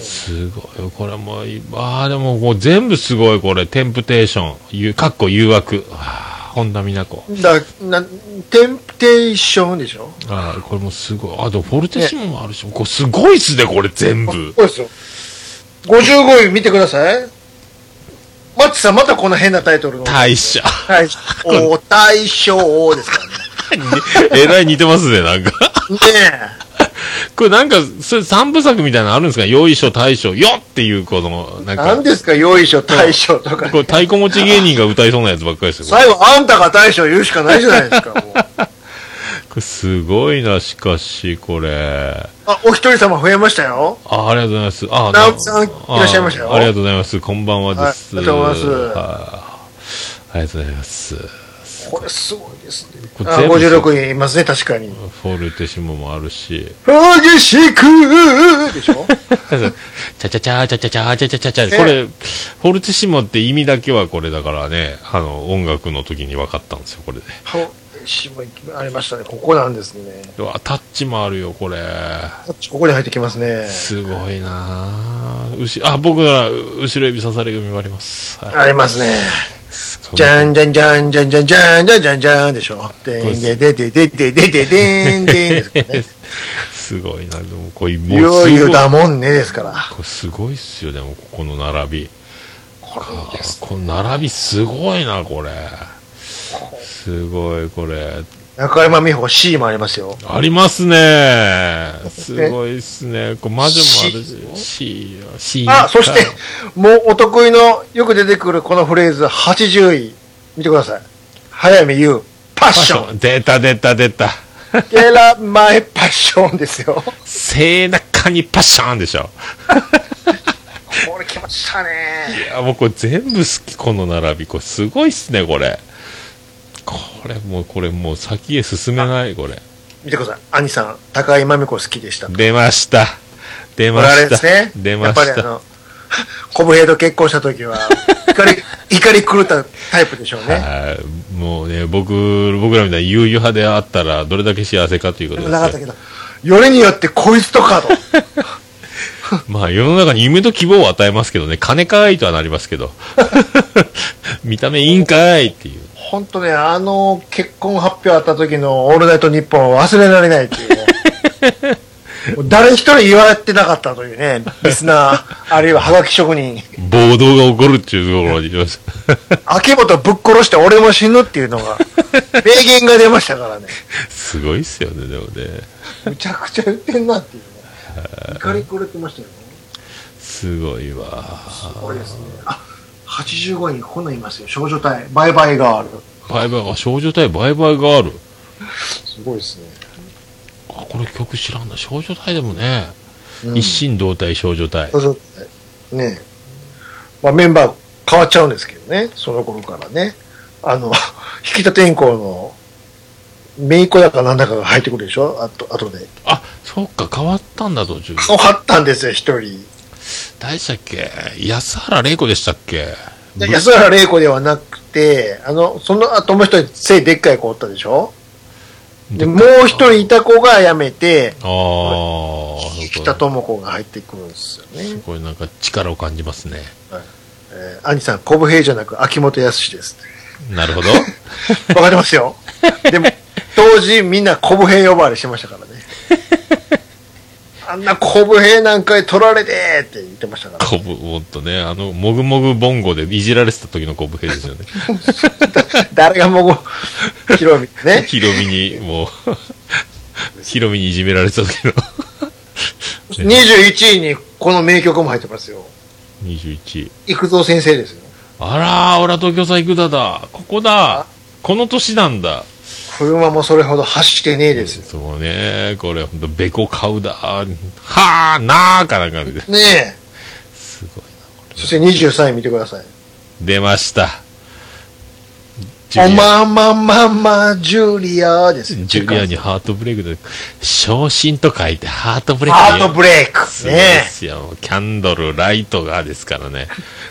A: すごいよ、これもいい、ああ、でももう全部すごい、これ。テンプテーションゆ、かっこ誘惑。あー本田美奈子。
B: だなテンプテーションでしょ
A: あーこれもすごい。あ、でもフォルテシモもあるし、これすごいっすね、これ全部。
B: そうですよ。55位見てください。マッチさん、またこの変なタイトルの。
A: 大社。
B: 大賞。お大賞ですからね。
A: えらい似てますね、なんか。
B: ね
A: これなんか、それ三部作みたいなのあるんですかよいしょ、大将、よっっていう、この、な
B: え。
A: ん
B: 何
A: か、
B: ですか、よいしょ、大賞とか
A: こ。れ太鼓持ち芸人が歌いそうなやつばっかりですよ。これ
B: 最後、あんたが大賞言うしかないじゃないですか。もう
A: これすごいな、しかし、これ。
B: あ、お一人様増えましたよ。
A: あありがとうございます。あ
B: 直樹さんいらっしゃいましたよ
A: あありがとうございます。こんばんはです。
B: はいありがとうございます
A: はいありがとうございます。
B: これすごいですね。
A: これ
B: あ
A: 全部
B: 56位いますね、確かに。
A: フォルテシモもあるし。
B: 激しくでしょ
A: ちゃちゃちゃちゃちゃちゃちゃちゃちゃちゃ。これ、フォルテシモって意味だけはこれだからね、あの、音楽の時に分かったんですよ、これで。
B: ほ渋いありましたね。ここなんですね。
A: うわタッチもあるよ、これ。
B: ここに入ってきますね。
A: すごいなあうしあ、僕なら、う後ろ指刺され組もあります。はい
B: ありますね。
A: すごい
B: じゃんじゃんじゃんじゃんじゃんじゃんじゃんじゃんじゃんでしょ。でんででででででででんでんですからね。
A: すごいな、でもこれ、
B: い
A: もうす
B: よ
A: ごい
B: いよだもんねですから。
A: これすごいっすよ、でも、ここの並び。
B: こ
A: あ
B: れです。
A: この並びすごいな、これ。すごい、これ。
B: 中山美穂 C もありますよ。
A: ありますね。すごいっすね。これ魔女もあるし、C よ、C よ
B: あ、そして、もうお得意のよく出てくるこのフレーズ80位。見てください。早見優、パッ
A: パッ
B: シ
A: シ
B: ョ
A: ョ
B: ン。
A: ン。出た、出た、出た。
B: ゲラマイパッションですよ。
A: 背中にパッションでしょ。
B: これ来ました
A: い
B: ね。
A: や、もうこれ全部好き、この並び。これすごいっすね、これ。これもう、これもう先へ進めない、これ。
B: 見てください。兄さん、高井真美子好きでした。
A: 出ました。出
B: こ
A: ま
B: れあれ
A: し
B: です
A: た
B: ね。。
A: 出まし
B: やっぱりあ
A: た。
B: の、コブヘイと結婚した時は、怒り、 怒り狂ったタイプでしょうね。
A: はいもうね、僕、僕らみたいに悠々派であったら、どれだけ幸せかということで
B: でも
A: す
B: なかった
A: ね。
B: けど、よりによってこいつとかと。
A: まあ、世の中に夢と希望を与えますけどね、金かいとはなりますけど。 見た目いいんかいっていう。
B: 本当ね、あの、結婚発表あった時のオールナイトニッポンは忘れられないっていうね。もう誰一人言われてなかったというね、リスナー、あるいはハガキ職人、
A: 暴動が起こるっていうところにいます。
B: 秋元ぶっ殺して俺も死ぬっていうのが、名言が出ましたからね。
A: すごいっすよね、でもね。
B: むちゃくちゃ言ってんなっていうね。怒り狂ってましたよね。
A: すごいわ。
B: これですね。あ、85にこんなんいますよ。少女隊、バイバイガール。
A: バイバイ、あ、少女隊バイバイガール。
B: すごいですね。
A: あ、これ曲知らんな。少女隊でもね、一心同体少女隊
B: 少。女隊。ねえまあメンバー変わっちゃうんですけどね。その頃からね。あの、 引田天功の、メイコだかなんだかが入ってくるでしょあと、あとで。
A: あ、そっか、変わったんだ途中で。
B: 顔張ったんですよ、一人。
A: 誰でしたっけ安原玲子でしたっけ
B: で安原玲子ではなくて、あの、その後もう一人、背でっかい子おったでしょで、もう一人いた子が辞めて、
A: ああ、そ
B: 引
A: う
B: 田
A: か
B: 智子が入ってくるんですよね。
A: これなんか力を感じますね。
B: えー、兄さん、コブヘイじゃなく秋元康です。
A: なるほど。
B: わかりますよ。でも、当時みんなコブヘイ呼ばわりしてましたからね。あんなコブヘイなんかに取られてって言ってました から。
A: こぶ、もっとね、あの、もぐもぐボンゴでいじられてた時のこぶ兵ですよね。
B: 誰がもう、ヒロミ ね。
A: ヒロミに、も う、ヒロミにいじめられてた時の。
B: 21位にこの名曲も入ってますよ。
A: 21。
B: 幾三先生ですよ。
A: あらー、俺は東京さ行くだだ。ここだ。この年なんだ。
B: 車もそれほど走ってねえですよ。
A: そうね、これほんと、べこ買うだ。はー、なーかなんかで。
B: ねえ。
A: すごいな。
B: そして23位見てください。
A: 出ました。ジュ
B: お
A: リア
B: まんまんまんま、ジュリアですよ。
A: ジュリアにハートブレイクで、昇進と書いてハートブレイク
B: ハート
A: レイ
B: ブレイク。
A: クで
B: ね
A: すよ。キャンドル、ライトがですからね。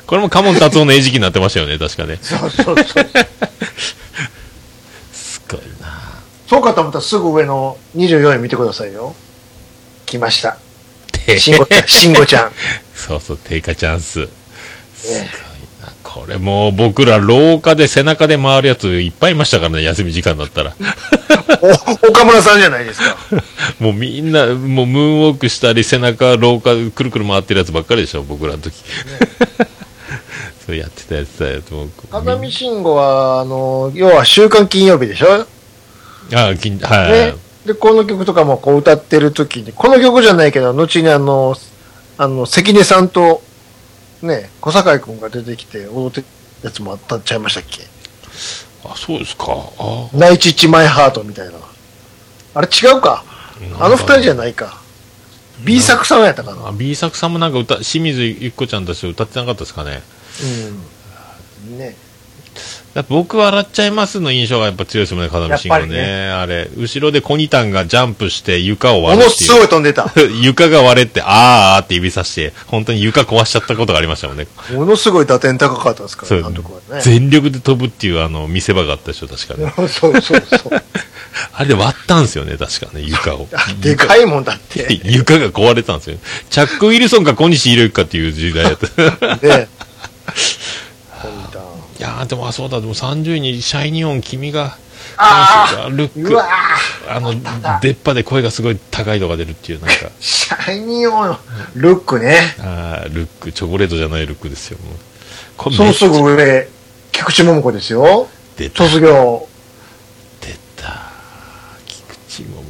A: これもカモン達夫の餌食になってましたよね、確かね。
B: そうそうそう。
A: すごいな
B: そうかと思ったらすぐ上の24位見てくださいよ。来ました。
A: て
B: しんごちゃん。しんごちゃん。
A: そうそう、低下チャンス。すごいな。これもう僕ら廊下で背中で回るやついっぱいいましたからね、休み時間だったら。
B: お、岡村さんじゃないですか。
A: もうみんな、もうムーンウォークしたり、背中、廊下、くるくる回ってるやつばっかりでしょ、僕らの 時。そうやってたやつだよ、もう
B: 風見慎吾は、あの、要は週刊金曜日でしょ
A: あ、きん、はい、
B: ね。で、この曲とかもこう歌ってる時に、この曲じゃないけど、後にあの、あの、関根さんと、ね、小坂井くんが出てきて踊ってるやつもあったんちゃいましたっけ
A: あ、そうですか。あ
B: ナイチッチマイハートみたいな。あれ違うかあの二人じゃ
A: い
B: ないか。B 作さんやったかな。うん。
A: あ B 作さんもなんか歌、清水ゆっこちゃんたちと歌ってなかったですかね。
B: ね。
A: だって僕は洗っちゃいますの印象がやっぱ強いですもんね、風見慎吾
B: やっぱ
A: ね
B: り
A: あれ、後ろでコニタンがジャンプして床を
B: も
A: 割
B: の
A: るって
B: すご
A: い
B: い飛んでた。
A: う。 床が割れて、あーあーって指さして、本当に床壊しちゃったことがありましたもんね。
B: ものすごい打点高かったですか
A: そ
B: ら、
A: う
B: 監督はね。
A: 全力で飛ぶっていうあの見せ場があったでしょ、確か ね。
B: そうそうそう。
A: あれで割ったんですよね、確かね、床 を。
B: あでかいもんだって。
A: で床が壊れたんですよ。チャック・ウィルソンか小西宏之かっていう時代だ った。い
B: ね。コニタン
A: やー、でもあ、そうだ、でも30にシャイニオン、君が、
B: あ
A: ルッ
B: う
A: ク
B: わ、ぁ
A: あの、出っ歯で声がすごい高いのが出るっていう、なんか、
B: シャイニーオン、ルックね。
A: あールック、チョコレートじゃないルックですよ、もう。これ
B: そ
A: め
B: の
A: っち
B: す
A: ゃ
B: ぐ上、菊池桃子ですよ。
A: 出た、
B: 卒業。
A: 出た。菊池桃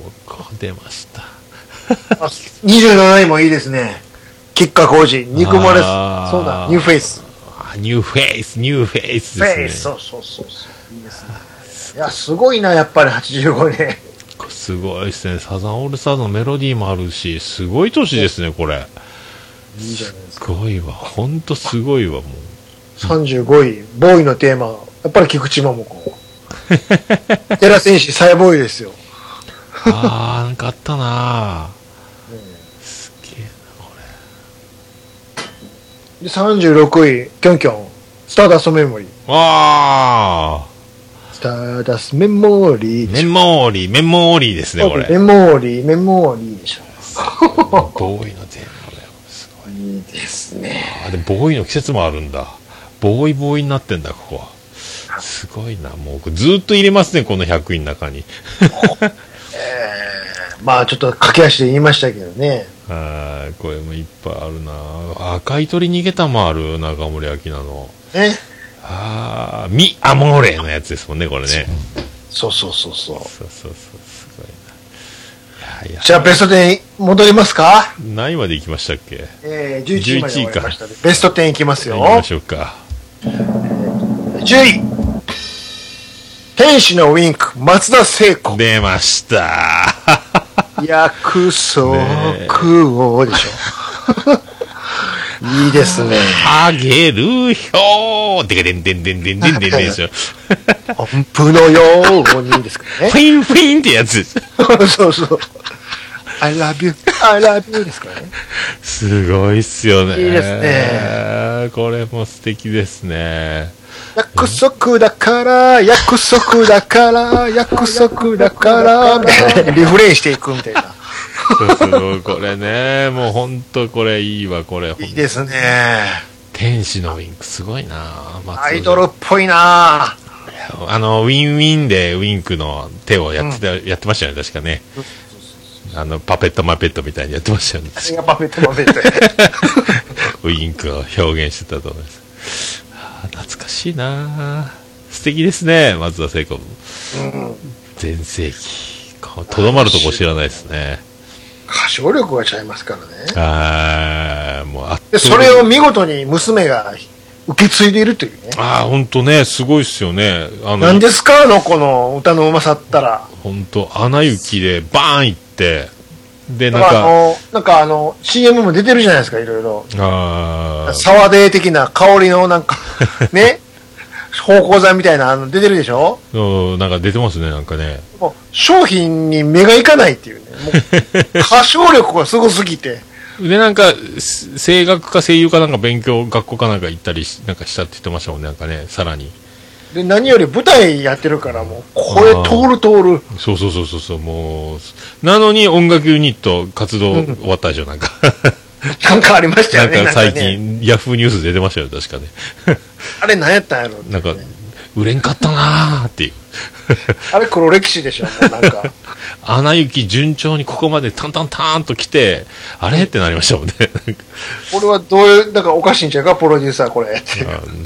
A: 子、出ました。
B: あ27位もいいですね。吉川浩司、憎まれ、
A: あー
B: そうだ、ニューフェイス。
A: あーニューフェイス、ニューフェイス
B: フェイ
A: で
B: ス、
A: すね。
B: そうそうそうそう。いいですね。いや、すごいな、やっぱり85年。
A: これすごいですね。サザンオールスターズのメロディーもあるし、すごい年ですね、これ。
B: いいじゃないです
A: す
B: か。
A: ごいわ。ほんとすごいわ、もう。
B: 35位、ボーイのテーマ、やっぱり菊池 桃子。寺選手、サイボーイですよ。
A: あー、なんかあったな
B: ね
A: ぁ。すげえな、これ。
B: で36位、キョンキョン、スターダストメモリー。
A: あ
B: スターダストメモリ
A: ー、
B: ー。
A: メモーリー、メモーリーですね、これ。
B: メモリー、メモリーでしょ。
A: ボーイのテーマだよ。すごい。
B: いいですね。
A: あ、でもボーイの季節もあるんだ。ボーイボーイになってんだ、ここは。すごいな、もう。ずーっと入れますね、この100位の中に。
B: まあちょっと駆け足で言いましたけどね。
A: はい、これもいっぱいあるな赤い鳥逃げたもある中森明菜の
B: ね。
A: ああミ・アモーレのやつですもんねこれね
B: そうそうそうそう。
A: そうそうそうすごいないやいや
B: じゃあベスト10に戻りますか
A: 何位まで行きましたっけ
B: えー、11位まで終わりましたねベスト10いきますよ。
A: 行きましょうか
B: 10位。天使のウィンク、松田聖子。
A: 出ました
B: 約束
A: ね
B: をでしょ。 いいですね。
A: あげる票ででんでんでんでんでんでんでんでしょ
B: 音符のようにですかね
A: フ。ィンフィンってやつ
B: そうそう。I love you, I love you ですからね。
A: すごいっすよね
B: いいですね
A: これも素敵ですね
B: 約束だから、約束だから、約束だから、みたいな。リフレインしていくみたいな。
A: そうそうこれね、もう本当これいいわ、これ。
B: いいですね。
A: 天使のウィンクすごいな松尾
B: アイドルっぽいな
A: あの、ウィンウィンでウィンクの手をやってた、やってましたよね、確かね。あの、パペットマペットみたいにやってましたよね。
B: やっぱペットパペット。
A: ウィンクを表現してたと思います。あー懐かしいな素敵ですね、松田聖子。全盛期。こうとどまるとこ知らないですね。
B: 歌唱力がちゃいますからね。
A: あーもうあっとい
B: で、
A: う
B: そ
A: 間に
B: れを見事に娘が受け継いでいるというね。
A: ああ、ほんとね、すごいっすよね。あ
B: なん
A: の、
B: ですかあの子の歌のうまさったら。
A: ほんと、穴行きでバーン行って、で、なん
B: あ
A: か、
B: の、なんかあの、CM も出てるじゃないですか、いろいろ。
A: ああ、
B: 沢デー的な香りのなんか、ね。芳香剤みたいなあの出てるでしょ
A: うんなんか出てますね、なんかね。
B: もう商品に目がいかないっていうね。もう歌唱力がすごすぎて。
A: で、なんか、す声楽か声優かなんか勉強、学校かなんか行ったりし、なんかしたって言ってましたもんね、なんかね、さらに。
B: で、何より舞台やってるからもう、これ
A: あー
B: 通る通る。
A: そうそうそうそうそう、もう、なのに音楽ユニット活動終わったでしょ、なんか。
B: なんかありました
A: な
B: よ
A: ん
B: ね。
A: か最
B: なんかね
A: 近、ヤフーニュース出てましたよ、確かね。
B: あれ何やったんやろって
A: なんか、売れんかったなーっていう。
B: あれ黒歴史でしょもう なんか。
A: アナ雪順調にここまでタンタンターンと来て、あれってなりましたもんね。なんか
B: 俺はどういう、だからおかしいんちゃうか、プロデューサー これ。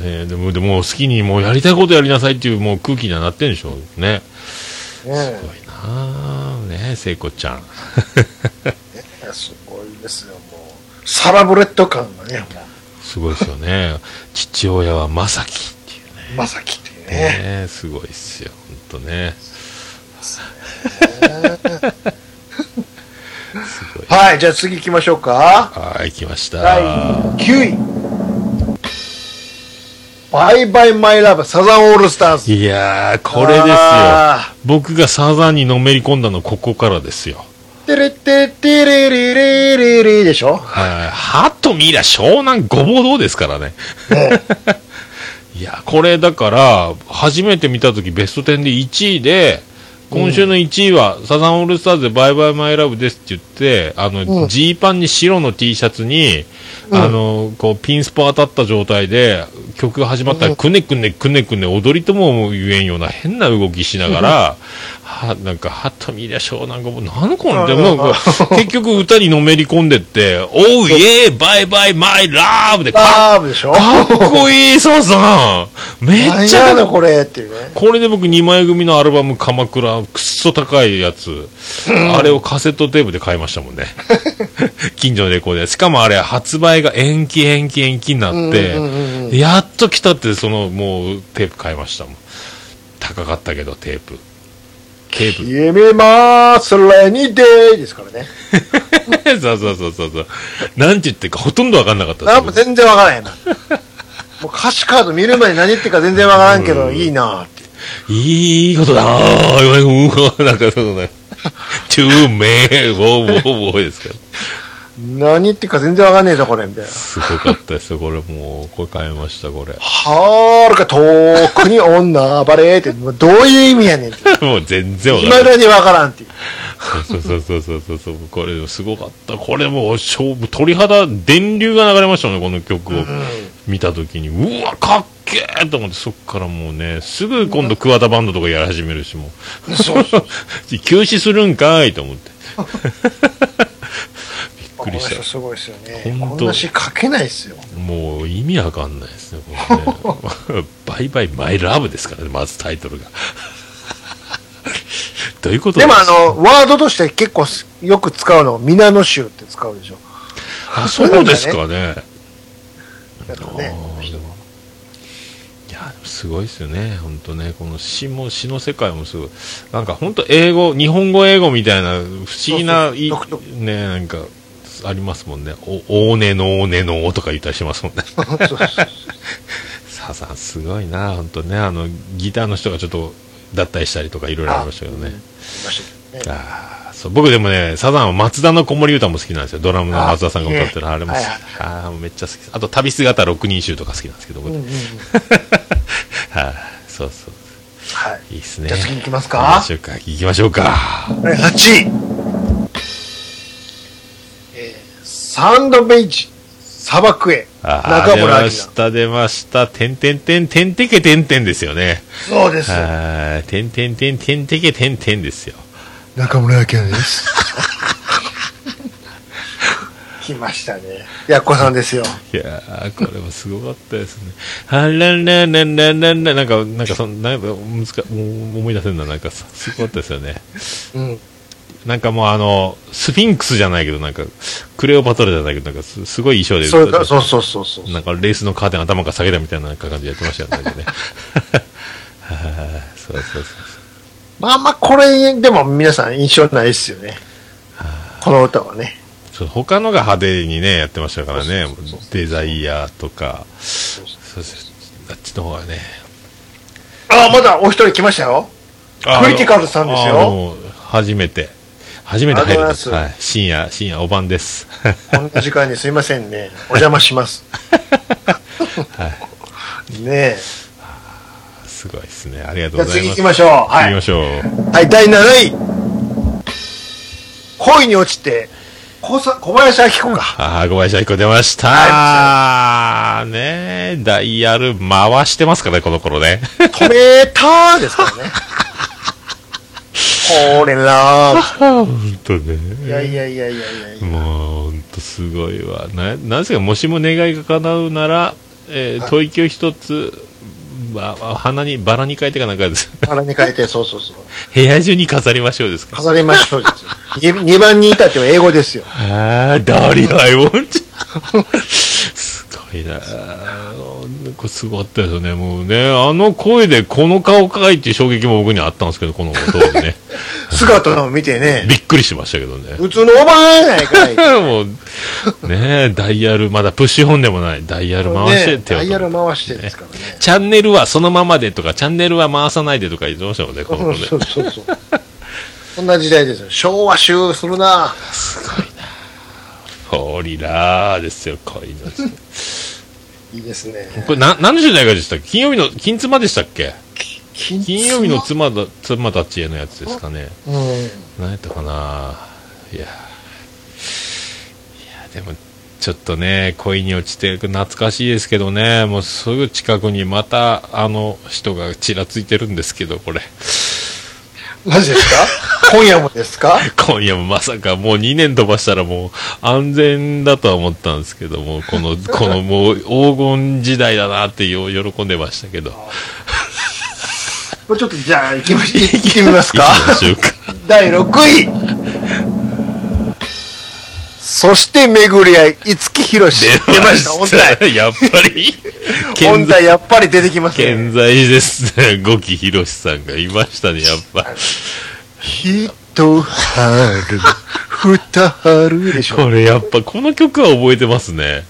A: あねでも、でも好きにもうやりたいことやりなさいっていうもう空気にはなってんでしょうね。
B: ね
A: すごいなあね聖子ちゃん。
B: えすごいですよ、もう。サラブレッド感がね、も
A: すごいですよね。父親はまさきっていう
B: う、まさきっていう
A: ね。
B: ね。
A: ねすごいっすよ。ほんとね。すごい。
B: はい、じゃあ次行きましょうか。
A: はい、来ました。
B: 第9位。バイバイマイラブ、サザンオールスターズ。
A: いやー、これですよ。
B: あ
A: 僕がサザンにのめり込んだのここからですよ。
B: ー。てれてれてれれれれれでしょ
A: はいハトミラ湘南ごぼうどうですからね。
B: ね
A: いや、これだから、初めて見たときベスト10で1位で、今週の1位は、サザンオールスターズでバイバイマイラブですって言って、あ
B: う
A: の、
B: ん
A: ジ、ー、パンに白の T シャツに、あの、こう、ピンスポ当たった状態で、曲が始まったら、くねくねくねくね踊りとも言えんような変な動きしながら、は、なんか、ハトミラ湘南ごぼう、なんこれ、でもなんか、 結局歌にのめり込んでって、おうイエーバイバイマイラブで、か
B: ラーブでしょ
A: かっこいい、そうさん。めっ
B: 何
A: ちゃ
B: や
A: かっ
B: のこれっていうね。
A: これで僕2枚組のアルバム、鎌倉、くっそ高いやつ、あれをカセットテープで買いました もんね。近所のレコードで。しかもあれ、発売が延期、延期、延期になって、
B: うんうんうんうん
A: やっと来たって、その、もう、テープ買いましたもん。高かったけど、テープ。テープ。
B: 決めまーす、レニーデイですからね。
A: そうそうそうそうそう。なんて言ってるか、ほとんどわかんなかったです
B: なんか全然わからへ んな。もう歌詞カード見る前に何言ってるか全然わからんけど、いいなーって。
A: いいことだなぁ。うんなんかそのね、トゥーメー、ウォーウォーウォーですから。
B: 何言ってるか全然わかんねえぞ、これ、みたいな。
A: すごかったですよ、これもう。これ買いました、これ。
B: はーるか遠くに女暴れって、もうどういう意味やねんって。
A: もう全然わかん
B: 今
A: ない。
B: だにわからんっていう。
A: そうそうそうそうそうそう。これすごかった。これもう、勝負、鳥肌、電流が流れましたね、この曲を見たときに。うわ、かっけーと思って、そっからもうね、すぐ今度桑田バンドとかやり始めるし、もう。そう 休止するんかいと思って。 びっ
B: こ
A: く
B: の
A: りした
B: 人。すごいですよね。
A: ほん
B: ことんな詩書けないですよ。
A: もう意味わかんないですね、これね バイバイマイラブですからね、まずタイトルが。 どういうこと
B: でも
A: す
B: あの、ワードとして結構よく使うの、皆の衆って使うでしょ。
A: あそうですかね。
B: だからね。
A: いや、すごいですよね、本当ね、この詩も詩の世界もすごい、なんか本当、英語、日本語、英語みたいな、不思議な、
B: そうそう
A: い
B: 独特
A: ね、なんか、ありますもんね、お、おーねのおーねのおとか言ったりしますもんね。
B: そうそうそう
A: サザンすごいな、本当ね、あの、ギターの人がちょっと脱退したりとか、いろいろありましたけどね。
B: ました けどね。
A: あーそう僕でもね、サザンは松田の子守歌も好きなんですよ。ドラムの松田さんが歌ってる
B: あ
A: あれも好き。
B: はいはい
A: ああー、めっちゃ好きです。あと、旅姿六人衆とか好きなんですけど、僕
B: うんうんうん
A: はい、そうそう。
B: はい。
A: いいですね。
B: じゃあ次行きます
A: 行
B: か
A: きま。しょうか。行きましょうか。
B: 第8位。えーサンドベイジ、砂漠へ、
A: あ
B: 中
A: ー出
B: 村明
A: ま
B: 菜。
A: した、出ました。てんてんてん、てんてけてんてんですよね。
B: そうです。
A: はい。てんてんてん、てんてけてんてんですよ。
B: 中村明菜 です。来ましたね。やっこさんですよ。
A: いやー、これもすごかったですね。あらららららら、なんか、なんか、そんな、難し、もう思い出せんな、なんか、すごかったですよね。
B: うん。
A: なんかもうあの、スフィンクスじゃないけど、なんか、クレオパトラじゃないけど、なんかす、すごい衣装で
B: そ
A: 歌
B: う
A: って
B: そうそうそうそう。
A: なんかレースのカーテン頭が下げたみたいな感じでやってましたよね。なんかね はいそうそうそうそう。
B: まあまあ、これでも皆さん印象ないですよね。この歌はね。
A: そう他のが派手にね、やってましたからね
B: そうそうそうそう。
A: デザイアとか、
B: そう
A: そうですあっちの方がね、
B: あ、まだお一人来ましたよ。
A: あ
B: クリティカルさんですよ
A: あの初めて。初めて入るんです。
B: ありが
A: はい。深夜、深夜、お晩です。
B: こんな時間にすいませんね。お邪魔します。ね
A: すごいですね。ありが
B: え。
A: とう
B: じゃあ
A: ございます。
B: 次行きましょう。は
A: 行きま
B: い。
A: しょう。
B: はい、第7位。恋に落ちて、小さ小林明子 か。
A: ああ、小林愛子出ました。あーねえ、ダイヤル回してますからね、この頃 ね。
B: 止めたーですからね。これなー。
A: 本当ね。
B: いやいやいやいやいやいや。
A: もう、ほんとすごいわ。な、なんですか、もしも願いが叶うなら、えー吐息を一つ、ば、鼻に、バラに変えてかなんかです。
B: 腹に変えて、そうそうそう。
A: 部屋中に飾りましょうですか。
B: 飾りましょうですよ。2番にいたっては英語ですよ。
A: ああ、ダリアイウォンチ。すごいなー。これすごかったですよね。もうね、あの声でこの顔かいっていう衝撃も僕にはあったんですけど、この当時 ね。
B: 姿のを見てね、
A: びっくりしましたけどね。
B: 普通のおばあやないかい。
A: もう、ねえ、ダイヤル、まだプッシュ本でもない。ダイヤル回して
B: ね
A: っ、てよ
B: ダイヤル回してですからね。
A: チャンネルはそのままでとか、チャンネルは回さないでとか言ってましたもんね、この
B: そう
A: 頃
B: そ
A: ね。
B: うそうそう。そんな時代ですよ。昭和集するな。
A: ホリラーですよ、こういうの。
B: いいですね。
A: これ、な、何の主題歌でしたっけ金曜日の、金妻でしたっけ
B: 金
A: 金曜日の妻だ、妻たちへのやつですかね。
B: うん。
A: 何やったかないや。いや、でも、ちょっとね、恋に落ちて、懐かしいですけどね、もうすぐ近くにまた、あの人がちらついてるんですけど、これ。
B: マジ ですか今夜もですか
A: 今夜もまさかもう2年飛ばしたらもう安全だとは思ったんですけども、こ の、このもう黄金時代だなってよ喜んでましたけど。
B: これちょっとじゃあ行きまし行ってみますか
A: いきましょうか。
B: 第6位。そして巡り合い、五木ひろし。出ました、音大。
A: やっぱり、
B: 音
A: 健在、
B: 大やっぱり出てきますね。
A: 健在ですね。五木ひろしさんがいましたね、やっぱ。
B: 一春、二春でしょ。
A: これやっぱ、この曲は覚えてますね。やっ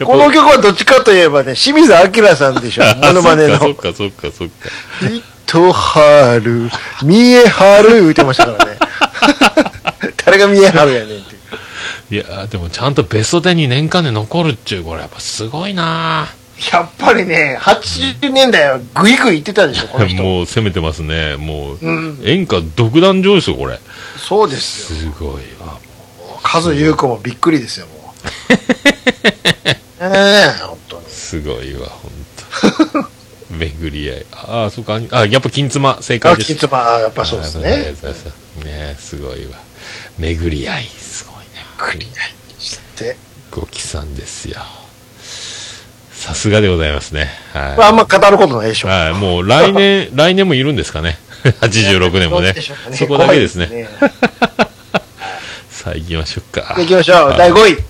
A: ぱ
B: この曲はどっちかといえばね、清水明さんでしょ
A: あ、
B: モノマネの
A: そっ。かそっかそっか
B: とはる、見えはる、歌ってましたからね。 誰が見えはるやねんって。
A: そっか。いや、でもちゃんとベスト10に年間で残るっちゅう、これやっぱすごいな
B: やっぱりね、80年代はグイグイ行ってたでしょ、この人。
A: もう攻めてますね。もう、
B: うん
A: 演歌独壇場ですよ、これ。
B: そうですよ。
A: すごいわ。
B: 数優子もびっくりですよ、もう。 ええ本当に。
A: すごいわ、ほん と。巡り合い。ああ、そうか。あ、やっぱ金妻、正解
B: あ、
A: で
B: き
A: す。
B: つま、やっぱそうです
A: あありが
B: ね。
A: とうございますねすごいわ。巡り合い。すごいな。
B: クリアして。
A: ごきさんですよ。さすがでございますね。はい。
B: まあ、あんま語ることないでしょ。
A: はい、もう来 年、来年もいるんですかね。86年もね。
B: どうでしょうか
A: そこだけですね。
B: 怖いですね
A: さあ行きましょうか。
B: 行きましょう、
A: はい
B: 第5位。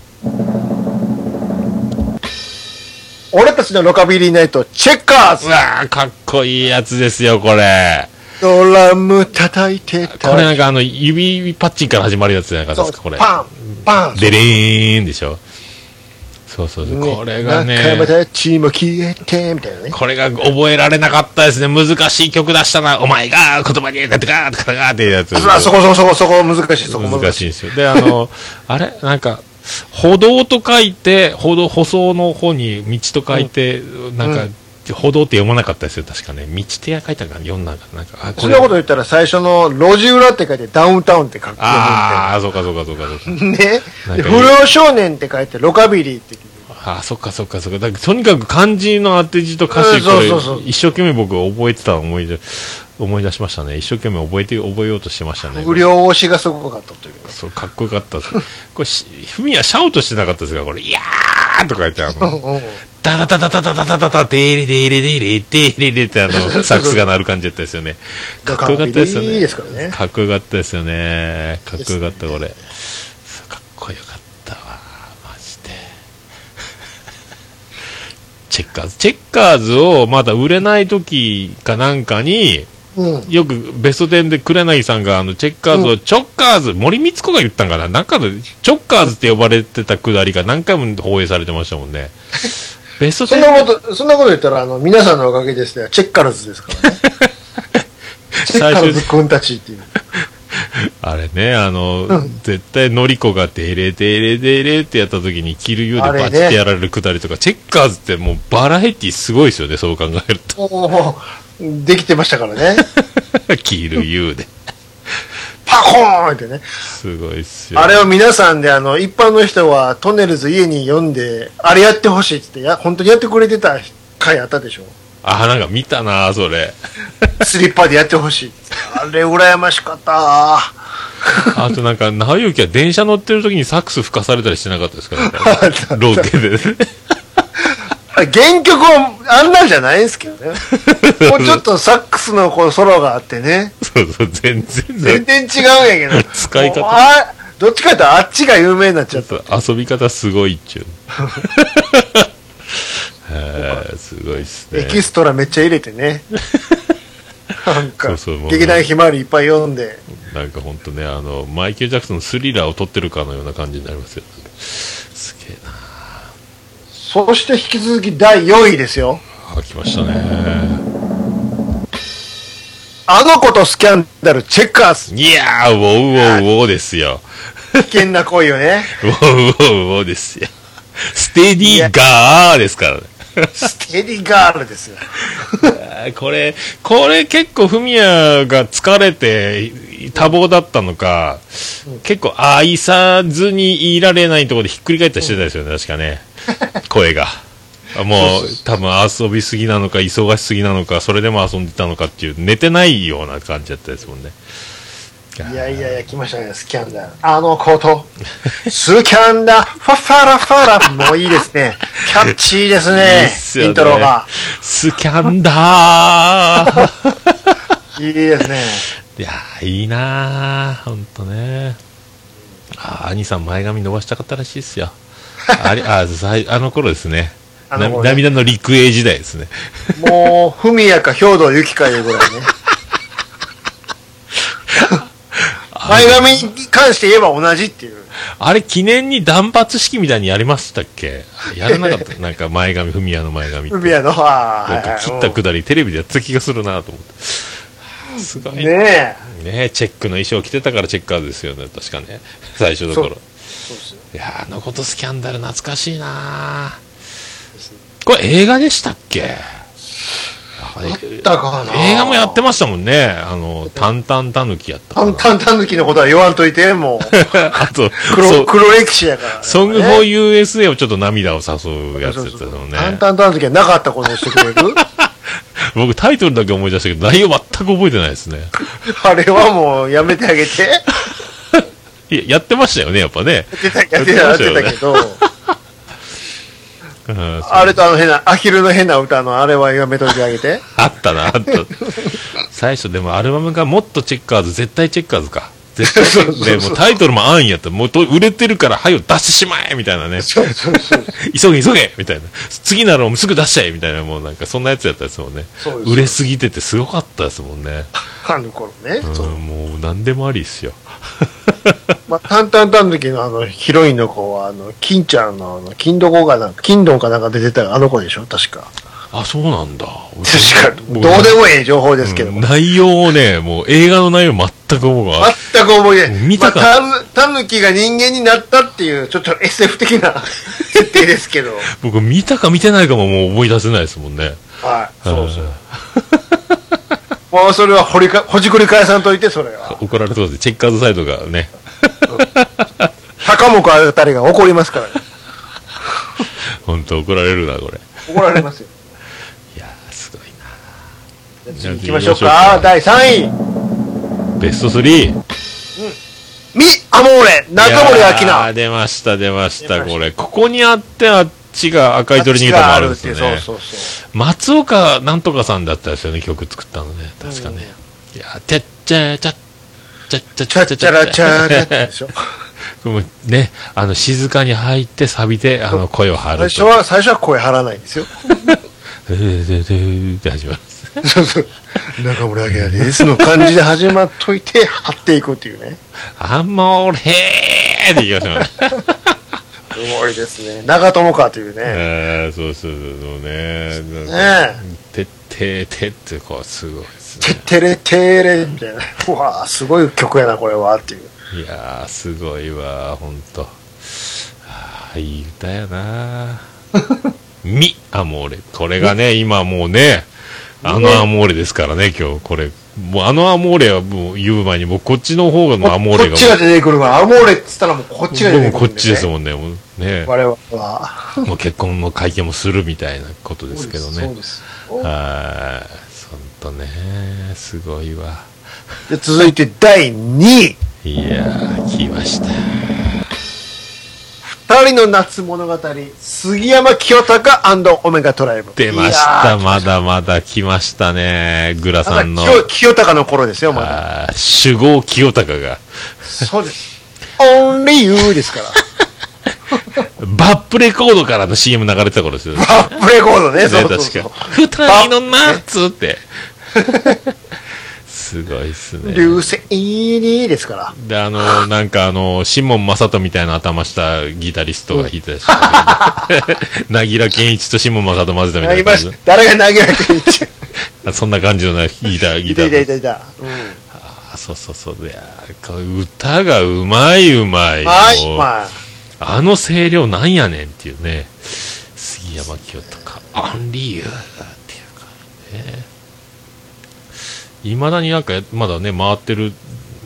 B: 俺たちのロカビリーナイト、チェッカ
A: う
B: ーズ
A: わー、かっこいいやつですよ、これ。
B: ドラム叩いてた。
A: これなんかあの、指パッチンから始まるやつじゃなかったで
B: そう
A: すか、これ。
B: パン、パン。
A: でれーんでしょ。そうそうそう。これが
B: 中山
A: ね、
B: たちも消えて、みたいなね。
A: これが覚えられなかったですね。難しい曲出したな。お前が言葉になってかーってかーってやつ。
B: あ、そこそこそこそこ難しい、そこ
A: 難
B: 難し
A: しいんですよ。で、あの、あれなんか、歩道と書いて、歩道、舗装の方に道と書いて、なんか、歩道って読まなかったですよ、確かね。道手や書いたかな読んだかななんか、あ、
B: い。そんなこと言ったら最初の路地裏って書いてダウンタウンって書く。
A: ああ、そうかそうかそうかそうか。
B: ね。
A: なん
B: で
A: か
B: 不良少年って書いてロカビリーって書いて。
A: ああ、そっかそっかそっか。だからとにかく漢字の当て字と歌
B: うん
A: 詞、こ
B: そう
A: れ
B: そうそう、
A: 一生懸命僕覚えてたの思い出、思い出しましたね。一生懸命覚えて、覚えようとしてましたね。
B: 不良推しがすごかったという。
A: そう、かっこよかったです。これし、ふみはシャウトしてなかったですかこれ、いやーとか言って、あの、
B: うんうん
A: ダダダダダダダダダダ、デーレデーレデーレデーレデーってあの、サックスが鳴る感じだったですよね。かっこよかったですよ
B: ロカビ
A: ね。
B: リーですからね
A: かっこよかったですよね。かっこよかった、これ。そうかっこよかったわ。マジで。 チェッカーズ。チェッカーズをまだ売れない時かなんかに、
B: うん。
A: よくベスト10で紅さんがあのチェッカーズをチョッカーズ、森光子が言ったんか な、なんかでチョッカーズって呼ばれてたくだりが何回も放映されてましたもんね。ベスト
B: そん
A: 10
B: なこと、そんなこと言ったら、あの、皆さんのおかげですね。チェッカーズですからね。チ ェッ
A: 最
B: カ
A: 初
B: ーズ君たちっていう。
A: あれね、あの、
B: うん
A: 絶対のりこがデレデレデレってやった時に、キルユーでバチってやられるくだりとか、チェッカーズってもうバラエティすごいですよね、そう考えると。
B: もう、できてましたか らね。
A: キルユー で。
B: パコーンってね。
A: すごいっすよ。
B: あれを皆さんで、あの、一般の人は、トンネルズ家に読んで、あれやってほしいってって、や、本当にやってくれてた回あったでしょ。
A: あ、なんか見たな、そ れ。
B: スリッパでやってほしいっつって。あれ、羨ましかった。
A: あとなんか、直行は電車乗ってる時にサックス吹かされたりしてなかったですか なんかロケでね。
B: 原曲をあんなんじゃないんですけど ね。もうちょっとサックスのこうソロがあってね。
A: そうそう、全然
B: 全
A: ね。
B: 然違うんやけど。
A: 使い方
B: もうあどっちかっていうとあっちが有名になっちゃった。
A: そう遊び方すごいっ ちゅう。へーすごいっすね
B: エ。キストラめっちゃ入れて ね。なんか
A: そうそうも、う
B: 劇団ひまわりいっぱい読んで。
A: なんか本当ね、あの、マイケル・ジャクソンのスリラーを撮ってるかのような感じになりますよ。すげえな。
B: そして引き続き第4位ですよ。
A: あ、来ましたね。
B: あの子とスキャンダル、チェッカ ーズ。
A: いやー、ウォウウォウウォウですよ。
B: 危険な恋よね。
A: ウォウウォウウォウですよ。ステディーガーですからね。
B: ステディガールですよ。
A: あーこれ、これ結構フミヤが疲れて多忙だったのか、結構愛さずにいられないところでひっくり返ったりしてたですよね、確かね。声が。あもう、多分遊びすぎなのか、忙しすぎなのか、それでも遊んでたのかっていう、寝てないような感じだったですもんね。
B: いやいやいや、来ましたね、スキャンダル。あのこと。スキャンダル、ファファラファラ。もういいですね。キャッチーです
A: いい
B: ね
A: っ。すよね
B: イントロが。
A: スキャンダー
B: いいですね。
A: いやー、いいなー、ほんとね。あー兄さん、前髪伸ばしたかったらしいですよ。あれ、あー さいあの頃ですね。
B: あの頃
A: な涙の陸営時代ですね。
B: もう、ふみやか兵道ゆきかいうぐら いね。前髪に関して言えば同じっていう。
A: あれ、記念に断髪式みたいにやりましたっけやらなかった なんか前髪、フミヤの前髪って。
B: ふみやの、あーはい
A: 僕
B: はい
A: 切ったくだり、テレビでやってた気がするなと思って。はあすごい
B: うん
A: ね
B: ね
A: ねチェックの衣装着てたからチェッカーズですよね、確かね。最初の頃。
B: そうえ。そうですよ。
A: いやー、あのことスキャンダル懐かしいなー これ映画でしたっけあえ
B: だから
A: 映画もやってましたもんね。あの、タンタンタヌキやったか
B: た
A: な。
B: んたんたぬきのことは言わんとい て、もう。
A: あと、そ
B: 黒、
A: う
B: 黒歴史やから、ね。
A: ソングフォー USA をちょっと涙を誘うやつだったのね。
B: たんたんたぬきはなかったことをしてくれ る
A: 僕タイトルだけ思い出したけど、内容全く覚えてないですね。
B: あれはもうやめてあげて。
A: いや、やってましたよね、やっぱね。
B: やってた、やってた、やってたけど。
A: うん
B: あれとあの変な、アヒルの変な歌のあれはやめといてあげて。
A: あったな、あった。最初、でもアルバムがもっとチェッカーズ、絶対チェッカーズか。絶対チェッカーズ。でもうタイトルも安易やった。もうと売れてるから、はよ出してしまえみたいなね。
B: そうそうそう。
A: 急げ急げみたいな。次ならもうすぐ出しちゃえみたいな、もうなんかそんなやつやったですもんね
B: そうで。す
A: 売れすぎててすごかったですもんね。
B: あの頃ね。
A: う、
B: そうん
A: もう何でもありっすよ。
B: まあ、タンタンタンの時のあの、ヒロインの子は、あの、金ちゃんのあの、金どこがなんか、金ドンかなんか出てたあの子でしょ確か。
A: あ、そうなんだ。
B: 確か、ど
A: も
B: うでもええ情報ですけど
A: うん
B: も。
A: 内容をね、もう映画の内容全く僕は。
B: 全く覚えてない。
A: 見たか
B: まあ、タヌタヌキが人間になったっていう、ちょっと SF 的な 設定ですけど。
A: 僕見たか見てないかももう思い出せないですもんね。
B: はい。そう そう。もうそれは掘りか、ほじくり返さんといて、それは。
A: 怒られそうで、チェッカーズサイドがね、
B: 高木あたりが怒りますからね。
A: 本当怒られるな、これ。
B: 怒られますよ。
A: いやー、すごい
B: じゃあ次行きましょうか。
A: じ
B: 第3位。
A: な。ベスト 3!
B: ミ・アモーレ、中森明
A: いやー
B: 菜。
A: 出ました、出まし
B: 出
A: た、
B: ました
A: これ。ここにあって、あっちが赤い鳥にいたもあるんです
B: そう
A: ね。
B: そうそう。
A: 松岡なんとかさんだったですよね、曲作ったのね。確かね。いやー、てっちゃちゃ、ちゃちゃ
B: チャッチャラチャーでしょ。
A: もうね、あの、静かに入って、錆び て、あの、声を張る
B: 最
A: と。
B: 初は、最初は声張らないんですよ。
A: でででって始まる。
B: そうそう。中森明菜ですの感じで始まっといて、張っていくっていうね。
A: アモーレーって言いましたもんね。
B: ごいですね。長友かというね。
A: えー、そうそうそうね。なん
B: ね
A: かてっててってこう、すごいです
B: てっ
A: ね。
B: てれてれみたいな。うわあすごい曲やな、これは、っていう。
A: いやー、すごいわ、ほんと。あーいい歌や なミアモーレ。これがね、今もうね、あのアモーレですからね、今日、これ。もうあのアモーレはもう言う前に、もうこっちの方のアモー
B: こ
A: レ
B: っ
A: がもう。
B: ちが出てくるから、アモーレって言ったらもうこっちが出てくるんで、ね。
A: もうこっちですもんね。もうね
B: 我々は。
A: もう結婚の会見もするみたいなことですけど
B: そう
A: ね。
B: です。
A: はい。ほんとね、すごいわ。
B: で続いて第2位。
A: いやー、来ました。
B: 二人の夏物語、杉山清隆オメガトライブ。
A: 出まし
B: いや
A: た。まだまだ来ましたね。グラ
B: ー。
A: さんの
B: ま。だ清清隆の頃ですよ、まだ。
A: あー守護清隆が、
B: そうです。オンリーユーですから。
A: バップレコードからの CM 流れてた頃ですよね。ね
B: バップレコードね、そうそう
A: 確
B: そう
A: か。。二人のナッツって。すごいっすね。
B: 流星にですから。
A: で、あの、なんかあの、シモン・マサトみたいな頭したギタリストが弾いてたし、 なぎら健一とシモン・マサト混ぜたみた
B: 投
A: い
B: げ
A: な
B: ま
A: 感
B: し
A: じ
B: た。誰が投げられてるって。
A: の。そんな感じのなギ ター、ギ
B: い
A: タ
B: たいたい
A: ー。
B: たいた。うん
A: あそうそうそう。いやこれ歌がうまいうまい。
B: はい、
A: もう
B: まあ。
A: あの声量なんやねんっていうね。杉山清とか、アンリーユーっていうかね。いまだになんか、まだね、回ってる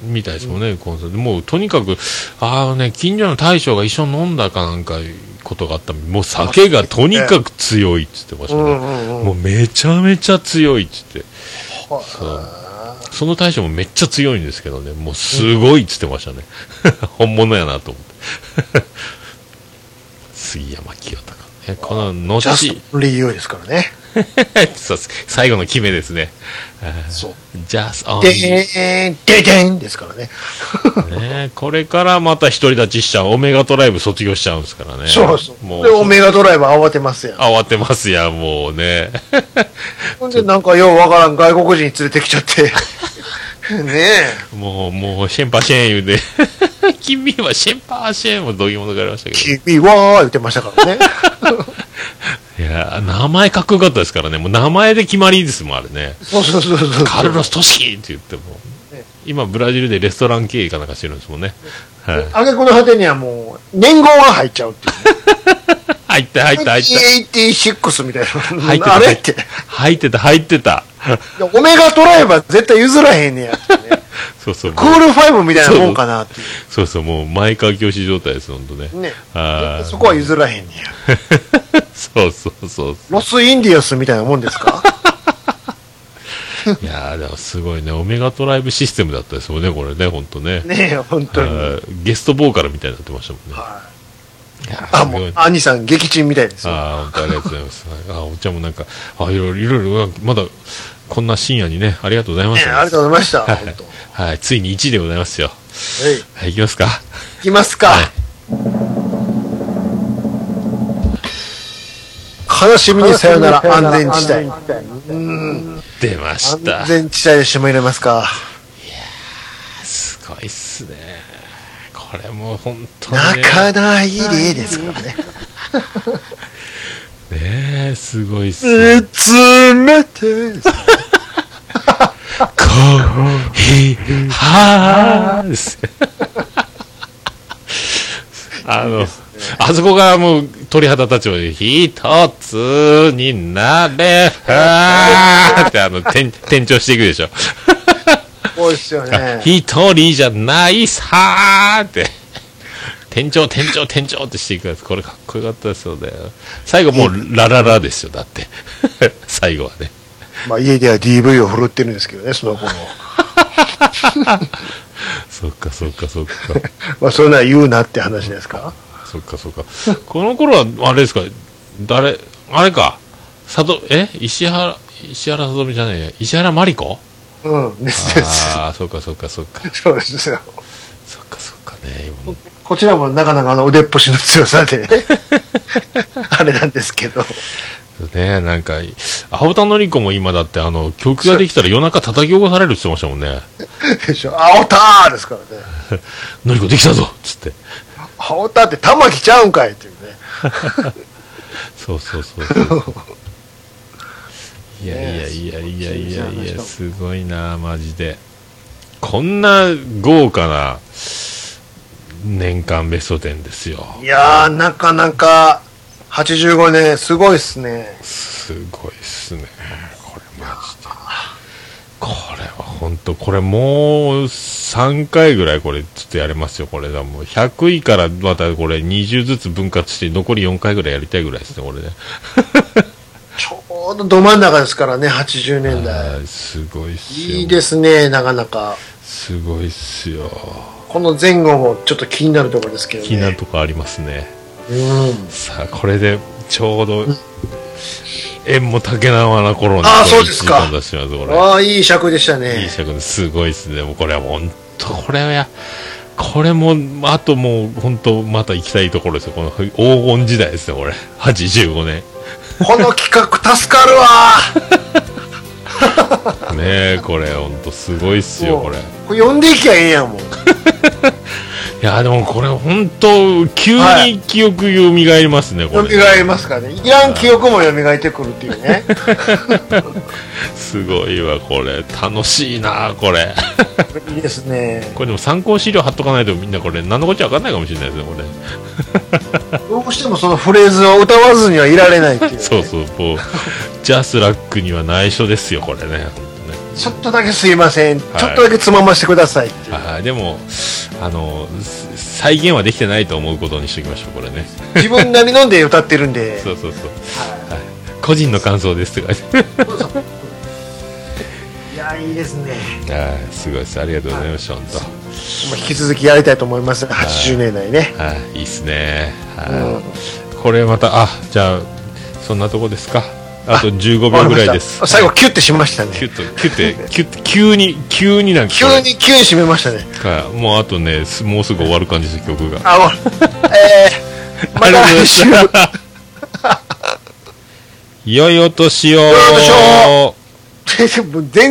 A: みたいですもんね、コンサート。もう、とにかく、あのね、近所の大将が一緒に飲んだかなんか、ことがあった。もう酒がとにかく強いって言ってまし
B: う
A: たね。
B: んうんうん。
A: もうめちゃめちゃ強いって言って。そう
B: は
A: その大将もめっちゃ強いんですけどね、もうすごいっつってましたね。 本物やなと思って。 杉山清隆。ね、この
B: あ
A: 後、
B: ジャストオンリーユーですからね。
A: そうです最後の決めですね。
B: そう。
A: ジャスオン
B: ででん、ででんですからね。
A: ね。これからまた独り立ちしちゃう。オメガトライブ卒業しちゃうんですからね。
B: そうそう。
A: も
B: で、オ
A: う、
B: メガドライバー慌てますやん。
A: 慌てますやん、もうね。
B: ほんで、なんかようわからん外国人連れてきちゃ って。ね
A: もう、もう、シェンパシェン言うて。 君はシェンパシェンもどぎも抜かれましたけど。
B: え。君は、言ってましたからね。
A: いやー名前かっこよかったですからね、もう名前で決まりですもん、あれね、
B: そうそうそうそう。
A: カルロス・トシキって言っても
B: ね、
A: 今、ブラジルでレストラン経営かなんかしてるんですもんね、はい、
B: あげこの果てにはもう、年号が入っちゃうっていう。
A: 入った、入った、入った、
B: 1986みたい
A: 入って
B: な。
A: た、
B: あれって。
A: 入ってた、入ってた、
B: オメガトライバー絶対譲らへんねやって ね。
A: そうそう、
B: ク
A: もう
B: ールファイブみたいなもんかなってい
A: そうそう、もう前川清志状態です、本当ね
B: う。、ね。
A: あー
B: そこは譲らへんねや。
A: そうそうそう、
B: ロスインディオスみたいなもんですか
A: いやー、でもすごいね、オメガトライブシステムだったですもんね、これね、本当ね、
B: ねえ、本当に。
A: あーゲストボーカルみたいになってましたもんね。
B: はい
A: いやー
B: あ、
A: すご
B: も
A: いうね、
B: 兄さん撃沈みたいですよ。
A: ああ、本当ありがとうございます。あお茶もなんか、あいろいろ、いろいろ、まだ、こんな深夜にね、ありがとうございま
B: ね
A: す。
B: え、ありがとうございました。
A: は
B: 本
A: い
B: 当。
A: はい、ついに1位でございますよ。
B: えい
A: はい、いきますか。
B: いきますか、悲しみにさよなら安全地帯
A: 出ました
B: 安。全地帯で締め入れますか
A: すごいっすね。これもう本当に
B: 泣
A: ね。
B: かないでですからね
A: ねえ、すごいっすね。
B: 見つめて
A: コーヒーハーです。あの、あそこがもう鳥肌立ちまで、一つになれ、はーってあの、転転調していくでしょ。
B: 多いですよね
A: 一人じゃないさーって。転調、転調、転調ってしていくやつ。これかっこよかったですよね。最後もう、ラララですよ、だって。最後はね。
B: まあ家では DV を振るってるんですけどねその子も
A: そっか、そっか、そっか。
B: まあそれなら言うなって話ですか
A: そっかそっか。この頃は、あれですか、誰、あれか、佐藤、え石原、石原さとみじゃないや、石原まりこ
B: うんですです
A: ああ、そっかそっかそっか。
B: そうですよ
A: そっかそっかね、今も
B: こちらもなかなかあの腕っぷしの強さ であれなんですけど
A: ねなんか、青田のり子も今だって、あの、曲ができたら夜中叩き起こされるって言ってましたもんね。
B: でしょ。あおたーですからね。
A: のり子できたぞっつって。
B: あ羽織ったって玉木ちゃうんかいっていうね。
A: そうそうそう そう。いやいやいやいやいや
B: ねえ
A: い
B: すご
A: や、すご
B: い
A: いな、マジで。こんな豪華な年間ベスト10ですよ。
B: いやー、なかなか、85年、すごいっすね。
A: すごいっすね。これマジで。これは本当これもう3回ぐらいこれちょっとやれますよ。これだもう100位からまたこれ20ずつ分割して残り4回ぐらいやりたいぐらいですね、これね。
B: ちょうどど真ん中ですからね、80年
A: あ
B: 代。
A: ーすごいっすよ。
B: いいですね、なかなか。
A: すごいっすよ。
B: この前後もちょっと気になるところですけどね。
A: 気になるとこありますね。
B: うん。
A: さあ、これでちょうど、縁も竹縄な頃に
B: あーそうですか
A: これ一時間出してますこれ。
B: ああ、いい尺でしたね。
A: いい尺ですごいですね。もうこれは本当これはや、これも、あともう本当また行きたいところですよ。この黄金時代ですね、これ。85年。
B: この企画助かるわ
A: ねえ、これ本当すごいっす
B: ー
A: よ、これ。い
B: もうこれ呼んでいきゃええやんもん。
A: や、でもこれ本当急に記憶蘇りますね、
B: 蘇
A: これ。
B: りますからね。いらん記憶も蘇ってくるってい うね。
A: すごいわ、これ。楽しいな、これ。
B: いいですね。
A: これでも参考資料貼っとかないとみんなこれ、何のこっちゃわかんないかもしれないですね、 これ。
B: どうしてもそのフレーズを歌わずにはいられないっていう、ね。
A: そうそう、もう、ジャスラックには内緒ですよ、これね。本当ね
B: ちょっとだけすいません。
A: い
B: ちょっとだけつまましてくださいっていう。
A: あーでもあのす再現はできてないと思うことにしておきましょうこれね
B: 自分なりのんで歌ってるんで。
A: そうそうそう、はい個人の感想ですとか
B: いや、いいですね。
A: はいすごいですありがとうございました本
B: まあ引き続きやりたいと思います。80年代ね。
A: 当はいいいっすねはいこれまたあじゃあそんなとこですかあと15秒ぐらいです
B: わかりました最後、キュッてしました
A: キュ
B: ね。
A: ッとキュッてキュッて急に急になんかこ
B: 急
A: れ
B: に、急に締めましたね。
A: はいもうあとねすもうすぐ終わる感じです曲が
B: あ、 もう、えー、また来週。
A: 良いお年を
B: 良いお年を 全